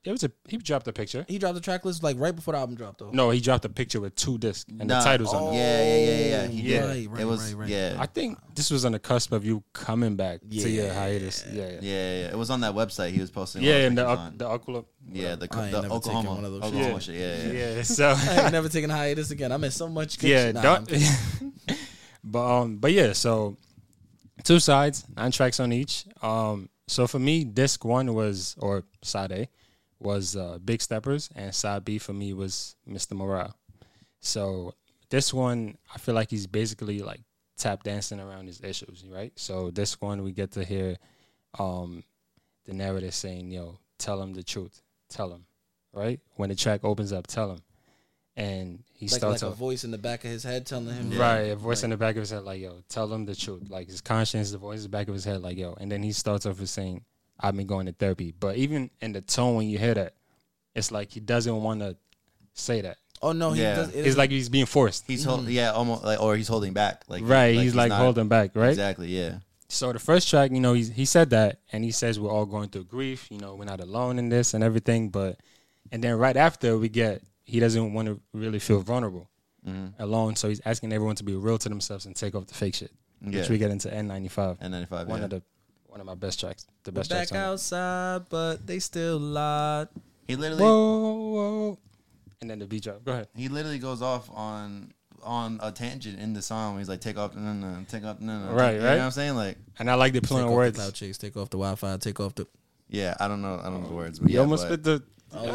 D: It was a he dropped a picture.
C: He dropped the track list like right before the album dropped, though.
D: No, he dropped a picture with two discs and
B: Nah. Oh,
D: the titles on it.
B: Yeah, yeah, yeah, yeah. He
D: Yeah.
B: did.
C: Right, right,
B: it was
C: right, right.
B: yeah,
D: I think this was on the cusp of you coming back to your hiatus. Yeah, yeah,
B: yeah, yeah. It was on that website he was posting.
D: yeah.
B: all
D: and the
B: pictures
D: Oc-
B: on.
D: the Oculus.
B: yeah, the,
C: I ain't
B: the
C: never taken
B: Oklahoma,
C: one of those
B: Oklahoma
D: shit.
B: shit. Yeah, yeah. yeah.
D: Yeah, so
C: I ain't never taking a hiatus again. I missed so much good
D: yeah,
C: shit. Nah, I'm
D: don't.
C: kidding.
D: but um, but yeah, so two sides, nine tracks on each. Um, so for me, disc one was or side A was uh, Big Steppers, and side B for me was Mr. Morale. So this one, I feel like he's basically like tap dancing around his issues, right? So this one, we get to hear um, the narrator saying, "Yo, tell him the truth, tell him." Right when the track opens up, tell him, and he
C: like,
D: starts
C: like a
D: off-
C: voice in the back of his head telling him,
D: Right, a voice in the back of his head, like, yo, tell them the truth. Like his conscience, the voice in the back of his head, like, yo. And then he starts off with saying, I've been going to therapy. But even in the tone when you hear that, it's like he doesn't want to say that.
C: "Oh no, he
B: Yeah.
C: does." It
D: It's like he's being forced.
B: He's hold, yeah, almost like or he's holding back. Like
D: Mm-hmm. right, he's, like
B: not-
D: holding back, right?
B: Exactly. Yeah.
D: So the first track, you know, he's, he said that, and he says we're all going through grief. You know, we're not alone in this and everything. But and then right after we get, he doesn't want to really feel vulnerable, alone. So he's asking everyone to be real to themselves and take off the fake shit,
B: Yeah.
D: which we get into N95,
B: N95.
D: one
B: yeah.
D: of the one of my best tracks, the
C: We're
D: best
C: back
D: tracks. On it.
C: outside, but they still lied.
B: he literally
D: Whoa, whoa, and then the beat drop. Go ahead.
B: he literally goes off on on a tangent in the song. He's like, take off, no, no, no, take off, no, no. no.
D: Right,
B: You
D: right.
B: know what I'm saying? Like,
D: And I like the play
C: Take
D: on
C: off the
D: words.
C: cloud chase, take off the Wi-Fi, take off the.
B: yeah, I don't know, I don't know the words, but
D: You
B: yeah,
D: almost
B: but-
D: spit the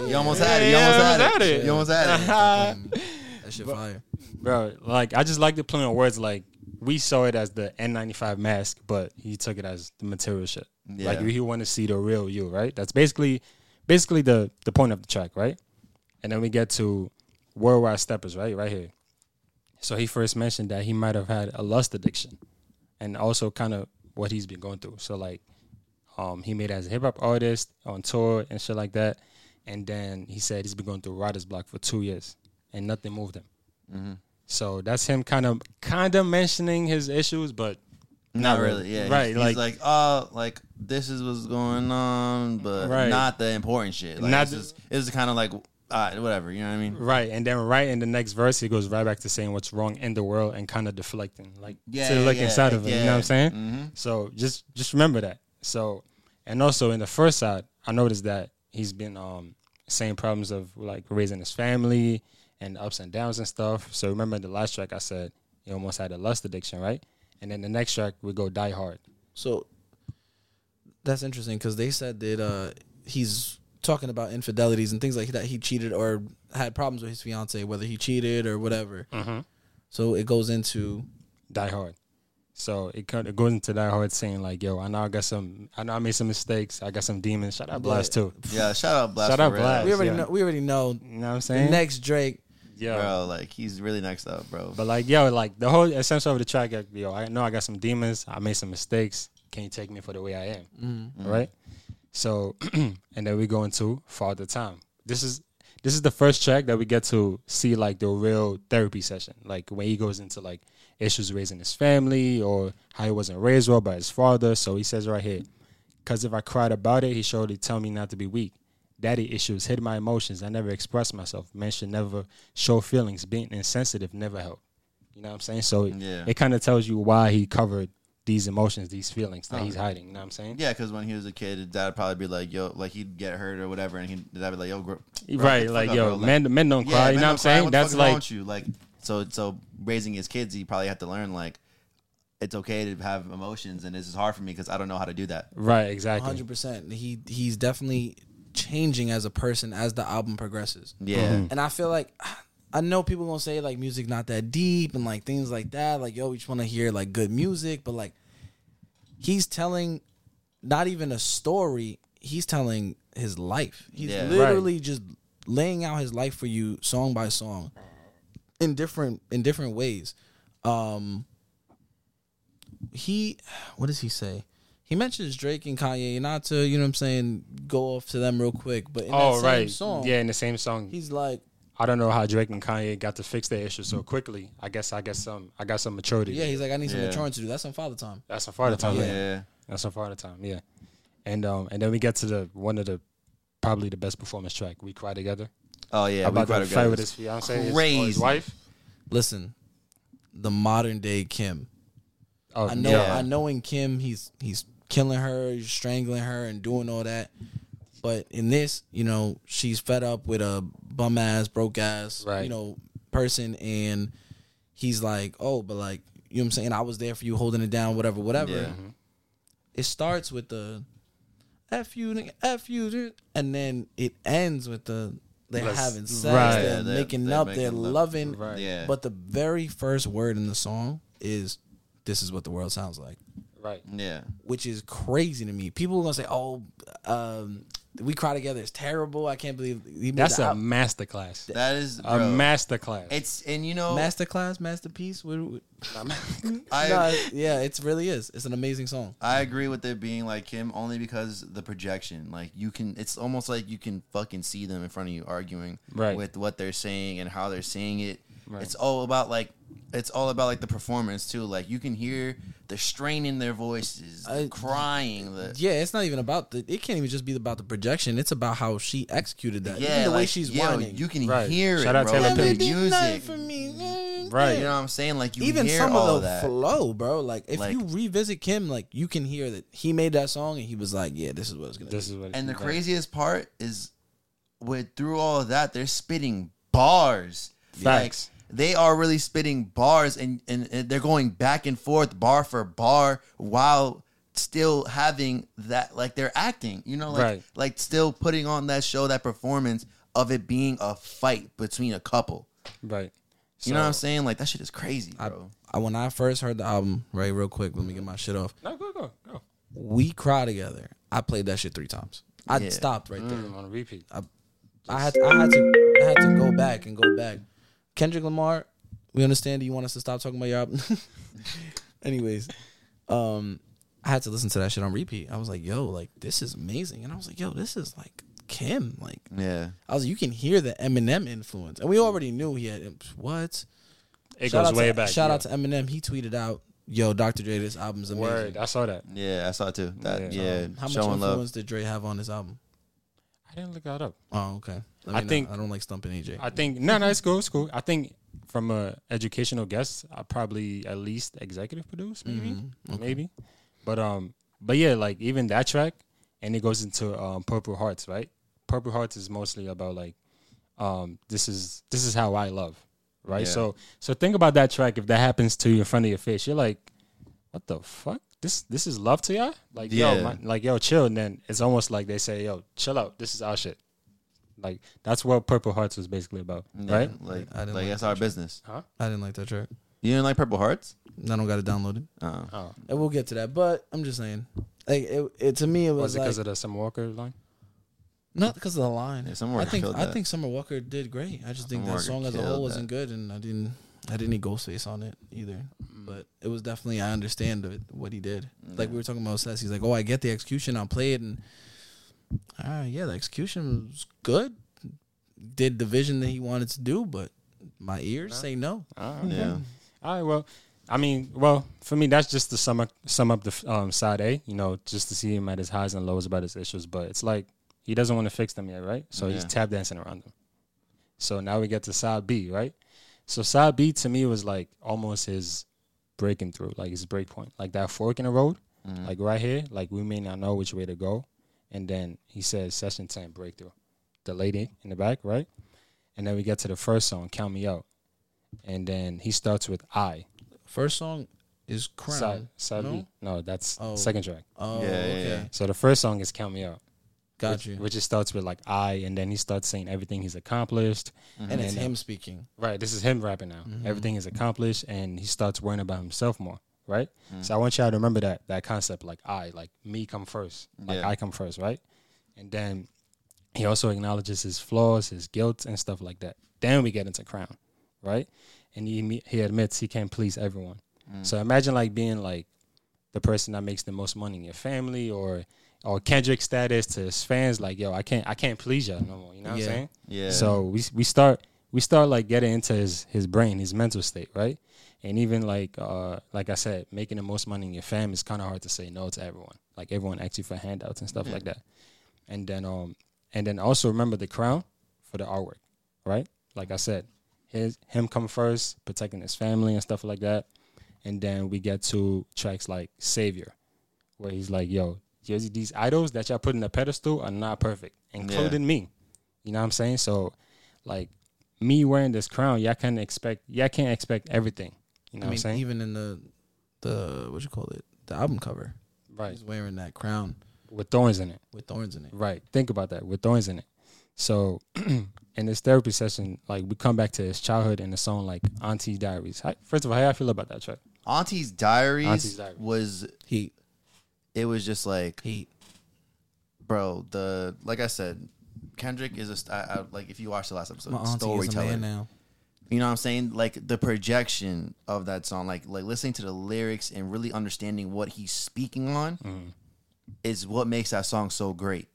B: You almost had it. You almost
D: Oh, Yeah,
B: had
D: almost had
B: it.
D: it.
B: You almost had it.
C: That shit fire.
D: bro. Like I just like the play on words. Like we saw it as the N95 mask, but he took it as the material shit. Like
B: Yeah.
D: he want to see the real you, right? That's basically, basically the the point of the track, right? And then we get to worldwide steppers, right? Right here. So he first mentioned that he might have had a lust addiction, and also kind of what he's been going through. So like, um, he made it as a hip hop artist on tour and shit like that. And then he said he's been going through writer's block for two years, and nothing moved him. So that's him kind of kind of mentioning his issues, but
B: Not really. Yeah.
D: Right,
B: He's,
D: like-
B: he's like, oh, like this is what's going on, but
D: Right.
B: not the important shit. Like,
D: Not
B: it's
D: the-
B: just it's kind of like uh, whatever. You know what I mean?
D: right. And then right in the next verse, he goes right back to saying what's wrong in the world and kind of deflecting, like
B: Yeah,
D: to
B: yeah,
D: look
B: yeah,
D: inside of it. You know
B: yeah. Mm-hmm.
D: what I'm saying? So just just remember that. So and also in the first side, I noticed that he's been um saying problems of like raising his family and ups and downs and stuff. So remember the last track I said he almost had a lust addiction, right? And then the next track we go die hard.
C: So that's interesting because they said that uh, he's talking about infidelities and things like that. He cheated or had problems with his fiance, whether he cheated or whatever. So it goes into
D: Die Hard. So it kind of goes into Die Hard saying like, "Yo, I know I got some, I know I made some mistakes. I got some demons. Shout out Blast too.
B: Yeah. Shout out Blast.
D: Shout out
B: for real.
D: Blast.
C: we already
D: Yeah.
C: know we already know
D: You know what I'm
C: the
D: saying?
C: next Drake.
D: yeah.
B: Bro, like he's really next up, bro.
D: But like, yo, like the whole essence of the track, like, yo, I know I got some demons. I made some mistakes. Can you take me for the way I am?
C: Mm-hmm.
D: Right. So, and then we go into Father Time. This is this is the first track that we get to see like the real therapy session, like when he goes into like issues raising his family or how he wasn't raised well by his father. So he says right here, "Cause if I cried about it, he surely tell me not to be weak. Daddy issues hid my emotions. I never expressed myself. Men should never show feelings. Being insensitive never helped. You know what I'm saying? So it,
B: Yeah.
D: it kind of tells you why he covered." These emotions, these feelings that he's hiding. You know what I'm saying?
B: Yeah, because when he was a kid, his dad would probably be like, "Yo," like he'd get hurt or whatever, and he dad would be like, "Yo, bro, bro,
D: right,
B: get the
D: like
B: fuck up,
D: yo,
B: bro."
D: men men don't
B: yeah,
D: cry. you
B: men
D: know what
B: don't
D: I'm
B: cry,
D: saying?
B: what the fuck
D: That's
B: is wrong
D: like
B: with you like so so raising his kids, he probably had to learn like it's okay to have emotions, and this is hard for me because I don't know how to do that.
D: right, exactly.
C: hundred percent. He he's definitely changing as a person as the album progresses.
B: Yeah,
C: And I feel like I know people gonna say like music not that deep and like things like that. Like yo, we just want to hear like good music, but like he's telling not even a story. He's telling his life. He's
B: Yeah.
C: literally just laying out his life for you, song by song, in different in different ways. Um, he, what does he say? He mentions Drake and Kanye, not to you know what I'm saying. Go off to them real quick, but in that
D: Oh
C: same
D: right,
C: song,
D: yeah, in the same song.
C: he's like,
D: I don't know how Drake and Kanye got to fix their issue so quickly. I guess I guess some I got some maturity.
C: Yeah, he's like, I need some
B: Yeah.
C: maturing to do. That's some father time.
D: that's a far time. Oh, Yeah.
B: yeah.
D: that's a far time. Yeah, and um and then we get to the one of the probably the best performance track. We cry together
B: Oh yeah, we
D: about
B: cried
D: the
B: together.
D: fight with his fiance, his, or his
B: Crazy.
D: wife.
C: Listen, the modern day Kim.
D: Oh
C: I know,
B: Yeah.
C: I know. In Kim, he's he's killing her, he's strangling her, and doing all that. But in this, you know, she's fed up with a bum ass, broke ass,
D: Right.
C: you know, person, and he's like, oh, but like, you know what I'm saying? I was there for you, holding it down, whatever, whatever.
B: Yeah.
C: It starts with the f you, nigga, f you, dude," and then it ends with the they're
D: Let's-
C: having sex,
D: right.
C: they're,
B: Yeah, they're-
C: making
B: they're
C: up,
B: making
C: they're
B: love.
C: loving,
D: Right.
B: Yeah.
C: But the very first word in the song is "This is what the world sounds like,"
D: right.
B: Yeah,
C: which is crazy to me. People are gonna say, "Oh, um, we cry together. It's terrible. I can't believe he made
D: That's
C: the
D: a
C: al-
D: masterclass.
B: that is
D: A
B: bro,
D: masterclass.
B: It's and you know
C: masterclass, masterpiece." What- what-
B: I
C: No, yeah, it really is. It's an amazing song.
B: I agree with it being like him only because the projection. Like you can, it's almost like you can fucking see them in front of you arguing
D: Right.
B: with what they're saying and how they're saying it. It's all about like, it's all about like the performance too. Like you can hear the strain in their voices, the
C: I-
B: crying. The
C: Yeah, it's not even about the. It can't even just be about the projection. It's about how she executed that.
B: yeah,
C: Even the way
B: like,
C: she's
B: yo,
C: whining.
B: You can
D: Right.
B: hear
D: Shout
B: it,
D: out
B: bro.
D: Taylor
B: Like, the
D: Perry.
C: Never did nothing
B: music.
C: for me.
D: Right.
B: You know what I'm saying? Like you
C: even
B: hear
C: some
B: all
C: of the
B: that.
C: flow, bro. Like if
B: Like-
C: you revisit Kim, like you can hear that he made that song and he was like, "Yeah, this is what it's gonna."
D: This is what
B: And the
D: right.
B: craziest part is, with through all of that, they're spitting bars.
D: Facts.
B: Like, they are really spitting bars, and, and and they're going back and forth bar for bar while still having that like they're acting. You know, like
D: Right.
B: like still putting on that show, that performance of it being a fight between a couple.
D: right.
B: You know what I'm
D: So-
B: saying? Like that shit is crazy,
C: be.
B: bro.
C: I, when I first heard the album, right, real quick, let me get my shit off.
D: No, go go go.
C: We cry together. I played that shit three times. I
B: Yeah.
C: stopped right there.
D: Mm, on a repeat.
C: I had I had to I had to go back and go back. Kendrick Lamar, we understand that you want us to stop talking about your album. Anyways, um, I had to listen to that shit on repeat. I was like, "Yo, like this is amazing," and I was like, "Yo, this is like Kim, like."
B: yeah.
C: I was like, you can hear the Eminem influence, and we already knew he had what.
D: It
C: Shout
D: goes
C: out
D: way
C: to,
D: back.
C: Shout
D: yeah.
C: out to Eminem. He tweeted out, "Yo, Dr. Dre, this album's amazing."
D: Word. I saw that.
B: Yeah, I saw it too. That
D: Yeah.
B: yeah,
C: How much
B: showing
C: influence
B: love.
C: did Dre have on this album?
D: I didn't look that up.
C: Oh, okay. Let
D: I
C: me know.
D: think-
C: I don't like stumping AJ.
D: I think no, no, it's cool, it's cool. I think from a educational guest, I probably at least executive produce,
B: Mm-hmm.
D: maybe, maybe. But um, but yeah, like even that track, and it goes into um, Purple Hearts, right? Purple Hearts is mostly about like, um, this is this is how I love, right?
B: Yeah.
D: So so think about that track. If that happens to you in front of your face, you're like, what the fuck? This this is love to ya? Like yo,
B: Yeah.
D: my, like yo, chill. And then it's almost like they say, yo, chill out. This is our shit. Like that's what Purple Hearts was basically about, right?
B: Yeah, like like
C: I didn't like
B: that's our business.
C: I didn't like that track.
B: You didn't like Purple Hearts?
C: I don't got it downloaded,
B: Oh.
C: and we'll get to that. But I'm just saying, like it, it to me, it was,
D: Was it
C: like
D: because of the Summer Walker line?
C: not because of the line.
B: Yeah, Summer Walker
C: I think
B: killed
C: I
B: that.
C: think Summer Walker did great. I just think
B: Summer
C: that
B: Walker
C: song as a
B: killed
C: whole wasn't
B: that.
C: good, and I didn't I didn't need Ghostface on it either.
B: Mm.
C: But it was definitely I understand it, what he did. Like we were talking about Sess, he's like, "Oh, I uh, get the execution. I'll play it." And ah, yeah, the execution was good. did the vision that he wanted to do, but my ears say no.
D: Hmm.
B: Yeah.
D: All right. Well, I mean, well, for me, that's just to sum up, sum up the um, side A. You know, just to see him at his highs and lows about his issues. But it's like he doesn't want to fix them yet, right? So he's
B: Yeah.
D: tap dancing around them. So now we get to side B, right? So side B to me was like almost his breaking through, like his break point, like that fork in the road, like right here. Like we may not know which way to go, and then he says session ten breakthrough. The lady in the back, right? And then we get to the first song, Count Me Out. And then he starts with I.
C: First song is Crown.
D: Side, side
C: no?
D: B. No, that's
C: Oh.
D: second track.
C: Oh,
B: Yeah, yeah,
C: okay.
B: yeah.
D: So the first song is Count Me Out.
C: Got
D: which,
C: you.
D: Which it starts with like I, and then he starts saying everything he's accomplished.
C: and it's
D: And, uh,
C: him speaking.
D: Right, this is him rapping now. Everything is accomplished, and he starts worrying about himself more. Right. So I want y'all to remember that that concept, like I, like me come first, like
B: Yeah.
D: I come first, right? And then he also acknowledges his flaws, his guilt, and stuff like that. Then we get into Crown, right? And he admi- he admits he can't please everyone. So imagine like being like the person that makes the most money in your family, or or Kendrick status to his fans, like yo, I can't I can't please y'all no more. You know what
C: Yeah.
D: I'm saying?
B: Yeah.
D: So we we start we start like getting into his his brain, his mental state, right? And even like uh like I said, making the most money in your fam is kind of hard to say no to everyone. Like everyone asks you for handouts and stuff like that. And then um and then also remember the crown for the artwork, right? Like I said, his him come first, protecting his family and stuff like that. And then we get to tracks like Savior, where he's like, "Yo, these these idols that y'all put in a pedestal are not perfect, including me." You know what I'm saying? So, like me wearing this crown, y'all can't expect y'all can't expect everything. You
C: I
D: know what I'm
C: mean,
D: saying?
C: even in the the what you call it, the album cover,
D: right,
C: he's wearing that crown
D: with thorns in it.
C: with thorns in it.
D: Right. Think about that with thorns in it. So in this therapy session, like we come back to his childhood and the song like Auntie Diaries. How, first of all, how y'all feel about that track?
B: Auntie's Diaries,
D: Auntie's Diaries.
B: was
C: He
B: it was just like,
C: he
B: bro, the like I said, Kendrick is a st- I, I, like if you watch the last episode,
C: my auntie is a
B: storyteller.
C: man now.
B: You know what I'm saying? Like the projection of that song, like like listening to the lyrics and really understanding what he's speaking on
C: Mm-hmm.
B: is what makes that song so great.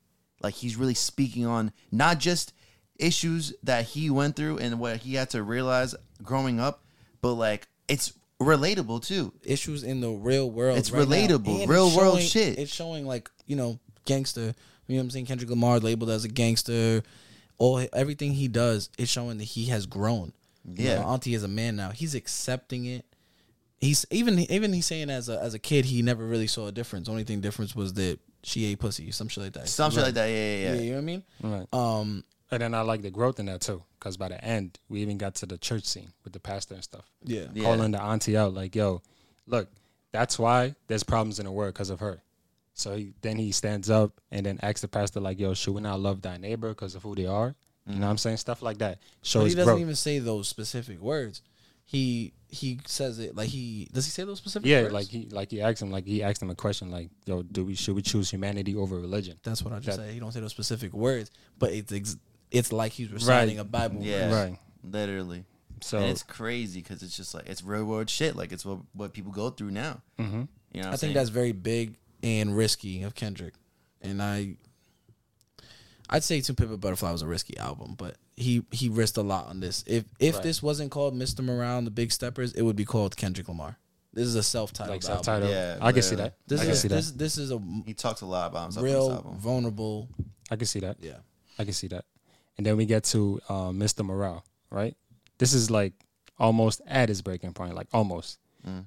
B: Like he's really speaking on not just issues that he went through and what he had to realize growing up, but like it's relatable too.
C: Issues in the real world.
B: It's
C: right now.
B: relatable,
C: And
B: real
C: it's
B: world
C: showing-
B: shit.
C: It's showing like you know gangster. You know what I'm saying? Kendrick Lamar labeled as a gangster. All everything he does is showing that he has grown. You
B: Yeah.
C: know, auntie is a man now. He's accepting it. He's even even he's saying as a as a kid he never really saw a difference. Only thing difference was that she ate pussy, some shit like that.
B: Some shit like that. Yeah, yeah,
C: yeah,
B: yeah.
C: you know what I mean.
D: Right.
C: Um,
D: And then I like the growth in that too, because by the end we even got to the church scene with the pastor and stuff,
C: yeah,
B: Yeah.
D: calling the auntie out like, "Yo, look, that's why there's problems in the world because of her." So he, then he stands up and then asks the pastor like, "Yo, should we not love thy neighbor because of who they are?" You know what I'm saying? Stuff like that
C: Mm. But
D: shows
C: he doesn't
D: growth.
C: even say those specific words. He he says it like he does. He say those specific
D: Yeah,
C: words?
D: like he like he asked him like he asked him a question like, "Yo, do we should we choose humanity over religion?"
C: that's what I just
D: that-
C: said. He don't say those specific words, but it's ex- it's like he's reciting a Bible.
B: Yeah.
C: verse.
D: Right.
B: Literally.
D: So
B: and it's crazy because it's just like it's real world shit. Like it's what what people go through now. Mm-hmm. You know, what
C: I think that's very big and risky of Kendrick, and I. I'd say Two Pimp a Butterfly was a risky album, but he he risked a lot on this. If if
D: Right.
C: this wasn't called Mr. Morale and the Big Steppers, it would be called Kendrick Lamar. This is a self-titled
D: like
C: album.
D: subtitle.
B: Yeah,
D: I can see
B: literally.
D: that.
C: This
D: I can
C: is
D: see
C: this
D: that.
C: this is a
B: he talks a lot about himself. on this
C: real
B: album.
C: vulnerable.
D: I can see that.
C: Yeah.
D: I can see that. And then we get to uh, Mr. Morale, right? This is like almost at his breaking point, like almost.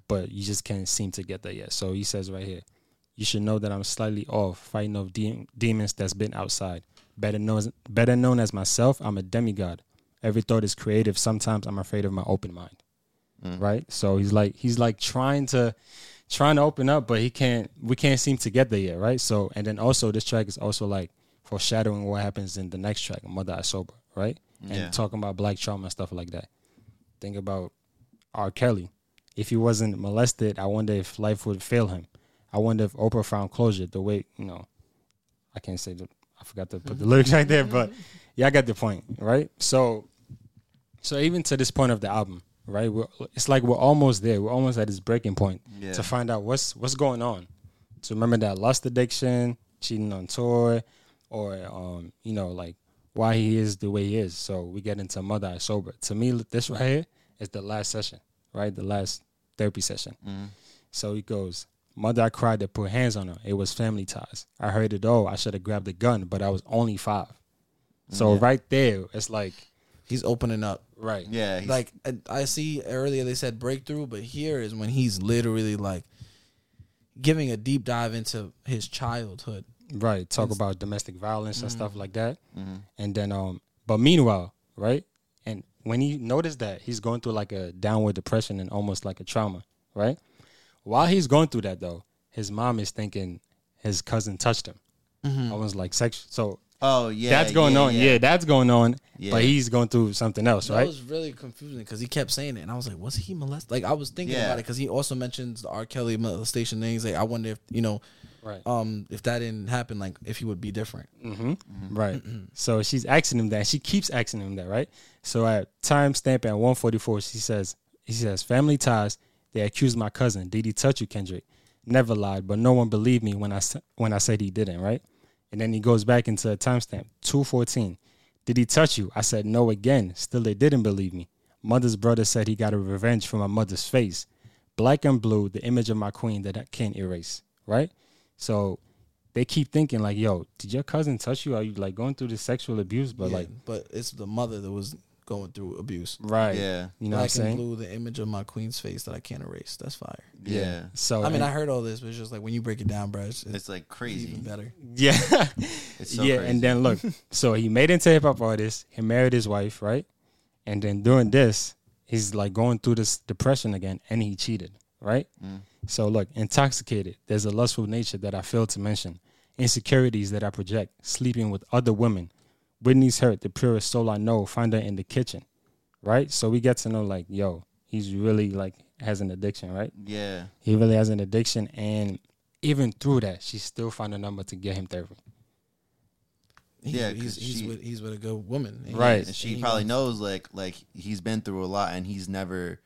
D: But you just can't seem to get there yet. So he says right here, you should know that I'm slightly off, fighting off de- demons that's been outside. Better known, as, better known as myself, I'm a demigod. Every thought is creative. Sometimes I'm afraid of my open mind, right? So he's like he's like trying to trying to open up, but he can't. We can't seem to get there yet, right? So, and then also this track is also like foreshadowing what happens in the next track, "Mother I Sober," right? And
B: Yeah.
D: talking about black trauma and stuff like that. Think about R. Kelly. If he wasn't molested, I wonder if life would fail him. I wonder if Oprah found closure the way you know. I can't say the. I forgot to put the lyrics right there, but yeah, I got the point, right? So, so even to this point of the album, right? We're, it's like we're almost there. We're almost at this breaking point
B: Yeah.
D: to find out what's what's going on. So remember that lust addiction, cheating on tour, or um, you know, like why he is the way he is. So we get into Mother Eye Sober. To me, this right here is the last session, right? The last therapy session. So he goes, Mother I cried that put hands on her. It was family ties. I heard it all. I should have grabbed the gun, but I was only five. So right there, it's like,
C: He's opening up.
D: right.
B: Yeah, he's,
C: Like I, I see earlier, they said breakthrough, but here is when he's literally like giving a deep dive into his childhood.
D: right talk about domestic violence and stuff like that and then um but meanwhile right and when he noticed that he's going through like a downward depression and almost like a trauma right while he's going through that though his mom is thinking his cousin touched him almost like sex so
B: oh yeah,
D: that's going
B: yeah,
D: on yeah. that's going on
B: Yeah.
D: but he's going through something else
C: That
D: right
C: was really confusing because he kept saying it, and I was like, "Was he molested?" Like I was thinking
B: Yeah.
C: about it because he also mentions the R. Kelly molestation things. Like I wonder if you know,
D: right
C: um, if that didn't happen, like if he would be different.
D: Right. So she's asking him that. She keeps asking him that, right? So at time stamp at 144, she says, he says, family ties, they accused my cousin. Did he touch you, Kendrick? Never lied, but no one believed me when I, s- when I said he didn't, right? And then he goes back into a timestamp, 214. Did he touch you? I said no again. Still, they didn't believe me. Mother's brother said he got a revenge for my mother's face. Black and blue, the image of my queen that I can't erase, right? So they keep thinking like, "Yo, did your cousin touch you? Are you like going through the sexual abuse?" But
C: Yeah,
D: like,
C: but it's the mother that was going through abuse.
D: right?
B: Yeah.
D: you know what I'm
C: Black
D: saying?
C: and blue, the image of my queen's face that I can't erase. That's fire.
B: yeah.
D: So
C: I mean,
D: and-
C: I heard all this, but it's just like when you break it down, bro, it's, it's
B: It's like crazy.
C: even better.
D: yeah,
B: It's so
D: yeah.
B: crazy.
D: And then look, so he made into hip hop artist. He married his wife, right? And then during this, he's like going through this depression again, and he cheated, right?
B: Mm.
D: So look, intoxicated. There's a lustful nature that I failed to mention, insecurities that I project, sleeping with other women. Whitney's hurt, the purest soul I know. Find her in the kitchen, right? So we get to know like, yo, he's really like has an addiction, right?
B: yeah,
D: He really has an addiction, and even through that, she still found a number to get him therapy.
C: He's,
B: Yeah,
C: he's
B: 'cause
C: he's
B: she-
C: with he's with a good woman, and
D: Right.
C: he's-
B: and she
C: he
B: probably
C: goes-
B: knows like like he's been through a lot and he's never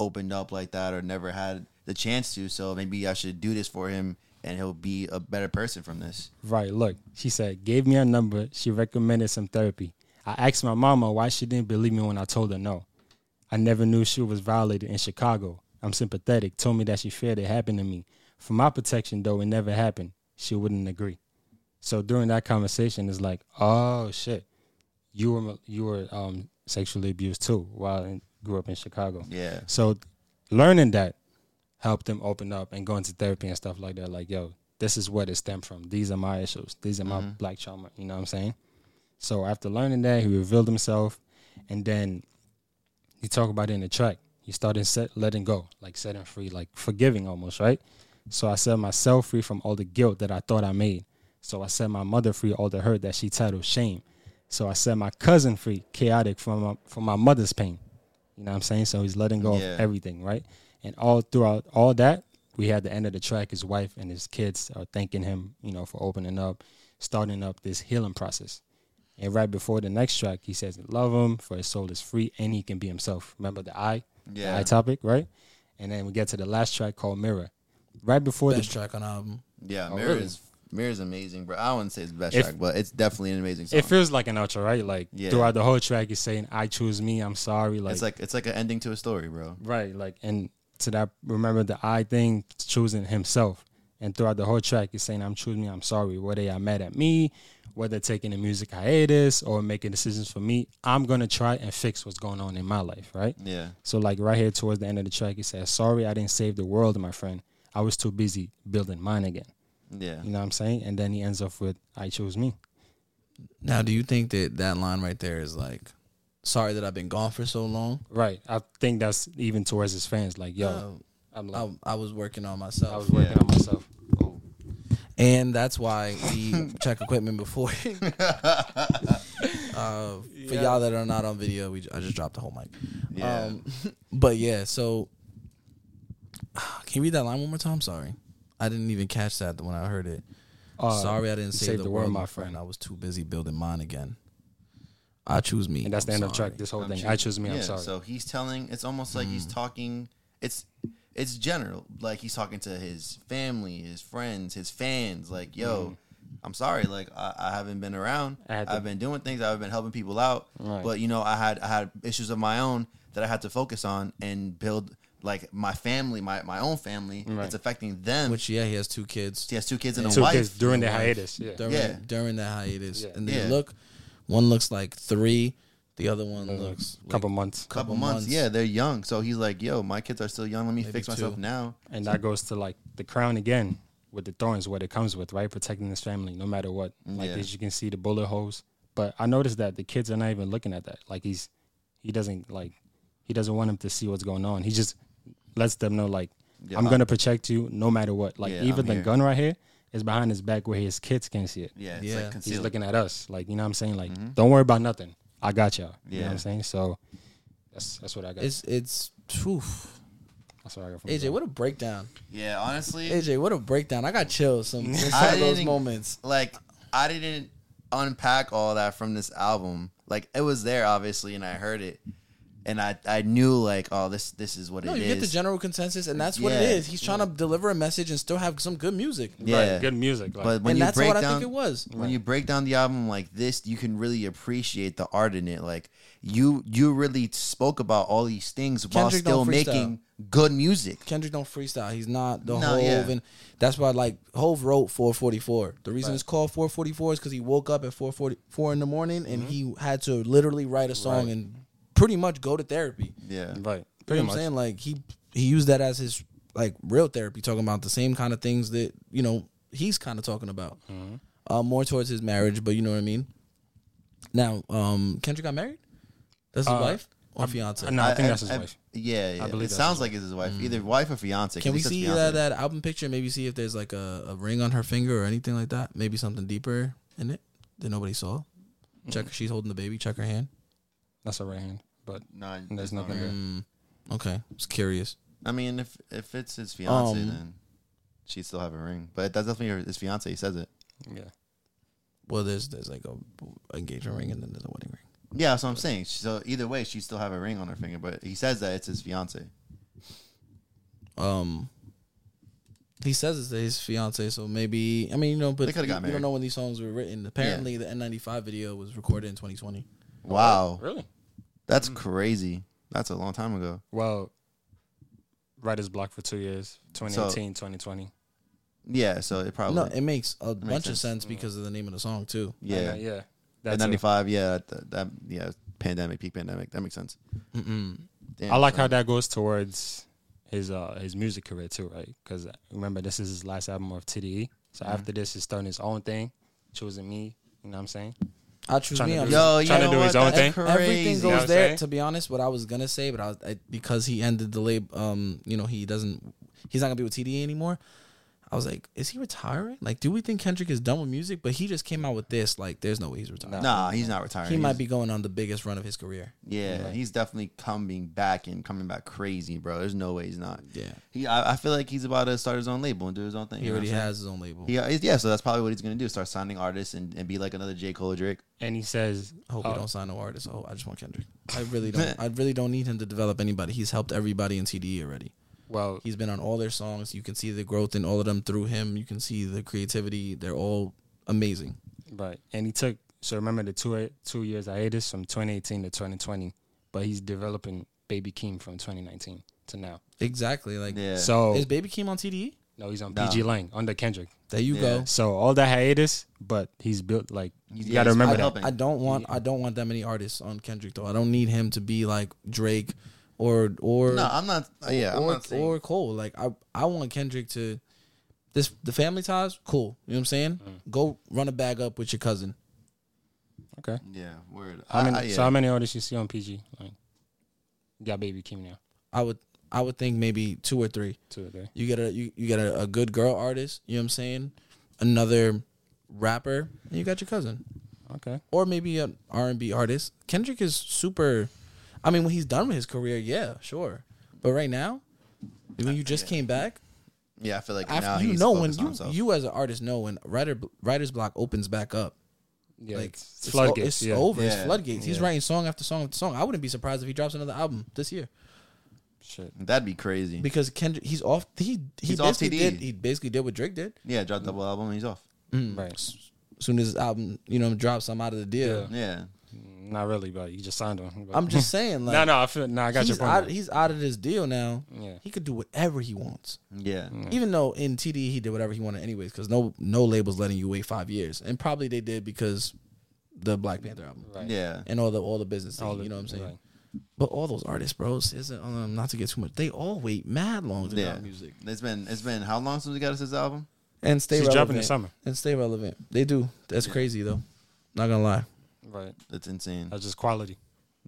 B: opened up like that or never had the chance to. So maybe I should do this for him and he'll be a better person from this.
D: Right, look, she said, gave me a number. She recommended some therapy. I asked my mama why she didn't believe me when I told her no. I never knew she was violated in Chicago. I'm sympathetic, told me that she feared it happened to me. For my protection, though, it never happened. She wouldn't agree. So during that conversation, it's like, oh shit, you were you were um, sexually abused too while in, grew up in Chicago.
B: Yeah,
D: So learning that helped them open up and go into therapy and stuff like that. Like, yo, this is what it stemmed from. These are my issues. These are my black trauma. You know what I'm saying? So after learning that, he revealed himself and then he talked about it in the track. He started set, letting go, like setting free, like forgiving almost, right? So I set myself free from all the guilt that I thought I made. So I set my mother free all the hurt that she titled shame. So I set my cousin free, chaotic from my, from my mother's pain. You know what I'm saying? So he's letting go
B: Yeah.
D: of everything, right? And all throughout all that, we had the end of the track. His wife and his kids are thanking him, you know, for opening up, starting up this healing process. And right before the next track, he says, "Love him for his soul is free and he can be himself." Remember the I,
B: Yeah.
D: the I topic, right? And then we get to the last track called Mirror. Right before
C: best
D: the
C: track on the album.
B: yeah.
D: Oh,
B: Mirror
D: really?
B: is Mirror is amazing, bro. I wouldn't say it's the best
D: If-
B: track, but it's definitely an amazing song.
D: it feels like an outro, right? Like
B: Yeah.
D: throughout the whole track, he's saying, "I choose me. I'm sorry." Like,
B: it's like it's like an ending to a story, bro.
D: right, like and to that, remember the I thing, choosing himself. And throughout the whole track, he's saying, "I'm choosing me. I'm sorry." Whether y'all mad at me, whether taking the music hiatus or making decisions for me, I'm gonna try and fix what's going on in my life, right?
B: Yeah,
D: So like right here towards the end of the track, it says, "Sorry, I didn't save the world, my friend. I was too busy building mine again."
B: yeah.
D: You know what I'm saying? And then he ends off with, "I chose me."
C: Now, do you think that that line right there is like, sorry that I've been gone for so long?
D: Right. I think that's even towards his fans. Like, yo, I'm like,
C: I, I was working on
D: I
C: myself,
D: was working on myself.
C: and that's why we check equipment before. uh, for y'all that are not on video, we I just dropped the whole mic.
B: Yeah.
C: Um, but yeah, so can you read that line one more time? Sorry, I didn't even catch that when I heard it.
D: Uh,
C: sorry, I didn't
D: you
C: save, the, world, my friend. I was too busy building mine again. I choose me.
D: And that's the
C: I'm
D: end of the
C: sorry.
D: track. This whole
B: I'm
D: thing.
B: sure-
D: I chose me. I'm
B: yeah,
D: sorry.
B: So he's telling. It's almost like
D: Hmm.
B: he's talking. It's it's general. Like he's talking to his family, his friends, his fans. Like, yo, I'm sorry, like I, I haven't been around.
D: Hmm. I had to-
B: I've been doing things. I've been helping people out.
D: Right.
B: But you know, I had I had issues of my own that I had to focus on and build like my family, my my own family.
D: Right.
B: It's affecting them.
C: Which yeah, he has two kids
B: she has two kids and a
D: Two
B: wife.
D: kids during the
C: Wife.
D: hiatus. Yeah.
C: during
B: Yeah.
C: during that hiatus,
D: Yeah.
C: and they
B: Yeah.
C: look. One looks like three, the other one looks
D: Looks
C: like
D: couple months.
B: couple, months. Yeah, they're young. So he's like, yo, my kids are still young. Let me
C: Maybe
B: fix myself
C: two.
B: now.
D: And that goes to like the crown again with the thorns, what it comes with, right? Protecting this family no matter what. Like
B: Yeah.
D: as you can see the bullet holes. But I noticed that the kids are not even looking at that. Like he's he doesn't like he doesn't want them to see what's going on. He just lets them know like
B: Yeah,
D: I'm
B: I-
D: gonna protect you no matter what. Like
B: Yeah,
D: even
B: I'm
D: the
B: here.
D: gun right here is behind his back where his kids can't see it.
B: Yeah, it's
C: Yeah.
B: like
C: He's
D: He's
B: concealed.
D: looking at us. Like, you know what I'm saying? Like, don't worry about nothing. I got y'all. You know
B: Yeah.
D: what I'm saying? So that's that's what I got.
C: It's it's phew.
D: that's what I got from
C: AJ.
D: you.
C: What a breakdown!
B: yeah, honestly,
C: AJ, what a breakdown! I got chills some, some
B: I
C: of those
B: didn't-
C: moments.
B: like I didn't unpack all that from this album. Like it was there obviously, and I heard it, and I I knew like oh this this is what
C: No,
B: it
C: you
B: is.
C: get the general consensus, and that's what it
B: Yeah.
C: is. He's trying to deliver a message and still have some good music.
B: yeah,
D: Right, good music. Like,
B: But when
C: and
B: you
C: that's
B: break
C: what
B: down,
C: I think it was.
B: when you break down the album like this, you can really appreciate the art in it. Like you you really spoke about all these things while
C: Kendrick
B: still
C: don't freestyle.
B: making good music.
C: Kendrick don't freestyle. He's not the
B: No,
C: Hove,
B: yeah.
C: and that's why like Hove wrote 444. The reason it's called 444 is because he woke up at 444 in the morning
B: Mm-hmm.
C: and he had to literally write a song and pretty much go to therapy.
B: Yeah,
D: right.
C: You know what
D: Pretty much.
C: I'm saying like he he used that as his like real therapy, talking about the same kind of things that you know he's kind of talking about,
D: Mm-hmm.
C: uh, more towards his marriage. But you know what I mean. Now, um, Kendrick got married. That's his
D: Uh,
C: wife or fiance.
D: No, I, think that's his wife.
B: Yeah, yeah.
D: I believe
B: it
D: that's
B: sounds
D: his Mm.
B: like it's his wife, either wife or fiance. 'cause
C: Can
B: he
C: we
B: says
C: see
B: fiance.
C: that, that album picture? Maybe see if there's like a, a ring on her finger or anything like that. Maybe something deeper in it that nobody saw.
D: Mm-hmm.
C: Check. She's holding the baby. Check her hand.
D: That's a right hand. But
B: No,
D: there's nothing
B: right.
D: there.
C: Okay, just curious.
B: I mean, if if it's his fiance,
C: Um,
B: then she would still have a ring. But that's definitely her, his fiance. He says it.
D: Yeah.
C: Well, there's there's like a engagement ring and then there's a wedding ring.
B: Yeah, that's what I'm saying. So either way, she still have a ring on her finger. But he says that it's his fiance.
C: Um, he says it's his fiance, so maybe I mean you know, but
B: They could've got
C: you, you
B: married.
C: don't know when these songs were written. Apparently, the N95 video was recorded in 2020.
B: Wow,
D: Really? Mm.
B: that's crazy. That's a long time ago.
D: Well, writer's block for two years 2018, 2020.
B: Yeah, so it probably
C: No, it makes a bunch of
B: sense.
C: sense because of the name of the song too.
B: yeah.
D: Uh, yeah.
B: At
D: That's it.
B: 95, yeah, that, that yeah, pandemic, peak pandemic. That makes sense. Damn,
D: I like
B: so-
D: how that goes towards his uh his music career too, right? Because remember, this is his last album of TDE. So after this, he's starting his own thing, choosing me. You know what I'm saying?
C: I choose
D: Tryna
C: me.
D: do
C: I'm
D: that.
B: Yo, you
D: Trying to
B: know
D: do
B: what?
D: his own
B: That's
D: thing.
B: crazy.
C: Everything
D: know what
C: goes
D: I'm
C: there.
D: saying?
C: To be honest, what I was gonna say, but I, was, I because he ended the label, um, you know, he doesn't, he's not gonna be with TDA anymore. I was like, is he retiring? Like, do we think Kendrick is done with music? But he just came out with this. Like, there's no way he's retiring.
B: Nah, he's not retiring.
C: he
B: He's-
C: might be going on the biggest run of his career.
B: Yeah, he's definitely coming back and coming back crazy, bro. There's no way he's not.
C: Yeah.
B: he. I, I feel like he's about to start his own label and do his own thing.
C: He
B: you know
C: already
B: what I'm
C: has his own label.
B: saying? He- uh, yeah. So that's probably what he's gonna do: start signing artists and, and be like another J. Cole or Drake.
D: And he says,
C: I hope
D: uh,
C: we don't sign no artist. Oh, I just want Kendrick. I really don't. I really don't need him to develop anybody. He's helped everybody in TDE already.
D: Well,
C: He's been on all their songs. You can see the growth in all of them through him. You can see the creativity. They're all amazing.
D: Right. And he took so remember the two two years hiatus from 2018 to 2020, but he's developing Baby Keem from 2019 to now.
C: Exactly. Like
B: Yeah.
D: So
C: Is Baby Keem on TDE?
D: no, he's on
B: Nah.
D: PG Lang under Kendrick.
C: There you
B: Yeah.
C: go.
D: So all that hiatus, but he's built like you
B: yeah,
D: got to
B: he's
D: remember
B: been
D: that.
B: helping.
C: I don't want I don't want that many artists on Kendrick though. I don't need him to be like Drake or or
B: No, I'm not. uh, Yeah, I'm
C: or,
B: not saying.
C: or Cole. Like I I want Kendrick to this the family ties, cool. You know what I'm saying? Go run a bag up with your cousin.
D: Okay.
C: Mm,
B: yeah, word.
D: How many,
B: I, I, yeah.
D: So how many artists you see on PG Lang? You got Baby Keem now.
C: I would I would think maybe two or three.
D: Two or three.
C: You get a you, you get a, a good girl artist, you know what I'm saying? Another rapper, and you got your cousin.
D: Okay.
C: or maybe an R and B artist. Kendrick is super. I mean, when he's done with his career, yeah, sure. But right now, when you just came back,
B: yeah, I feel like now
C: after you
B: he's
C: know when
B: focused on
C: you
B: himself.
C: you as an artist know when writer writer's block opens back up,
D: Yeah.
C: like
D: it's
C: it's, o-
D: floodgates.
C: it's
D: yeah.
C: over. It's
B: Yeah.
C: floodgates. He's
D: Yeah.
C: writing song after song after song. I wouldn't be surprised if he drops another album this year
D: Shit.
B: That'd be crazy.
C: because Kendrick he's off. He he
B: He's off
C: basically
B: TDE.
C: did he basically did what Drake did.
B: yeah, drop double album and he's off.
C: Hmm.
D: Right.
C: As soon as his album, you know, drops, I'm out of the deal.
B: Yeah.
D: Not really, but you just signed him. But-
C: I'm just saying, like,
D: no, no. I feel. No, I got your
C: he's,
D: point.
C: out, he's out of this deal now.
D: Yeah.
C: He could do whatever he wants.
B: Yeah.
C: Even though in TD he did whatever he wanted anyways, because no no labels letting you wait five years, and probably they did because the Black Panther album
D: Right.
B: Yeah.
C: and all the all the business, thing,
D: All the-
C: you know what I'm saying.
D: right.
C: But all those artists, bro, it's- it's, um, not to get too much, they all wait mad long to
B: Yeah.
C: drop music
B: It's been it's been how long since we got this album?
C: and stay
D: She's
C: relevant.
D: dropping this summer.
C: and stay relevant. They do. That's crazy though. Not gonna lie.
D: Right.
B: It's insane.
D: That's just quality.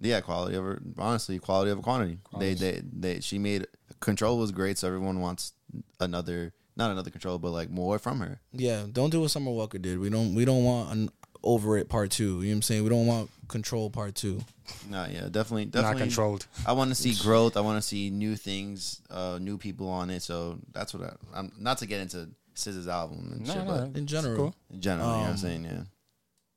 B: Yeah, quality over honestly, quality over quantity. They they they she made control was great, so everyone wants another not another control, but like more from her.
C: Yeah, don't do what Summer Walker did. We don't we don't want an over it part two. You know what I'm saying? We don't want control part two.
B: No, yeah, definitely definitely
D: Not controlled.
B: I want to see growth. I want to see new things, uh, new people on it. So that's what I, I'm not to get into SZA's album and
D: No,
B: shit,
D: no.
B: but
C: In general.
D: cool.
B: in general, you know what I'm
C: Um,
B: saying, yeah.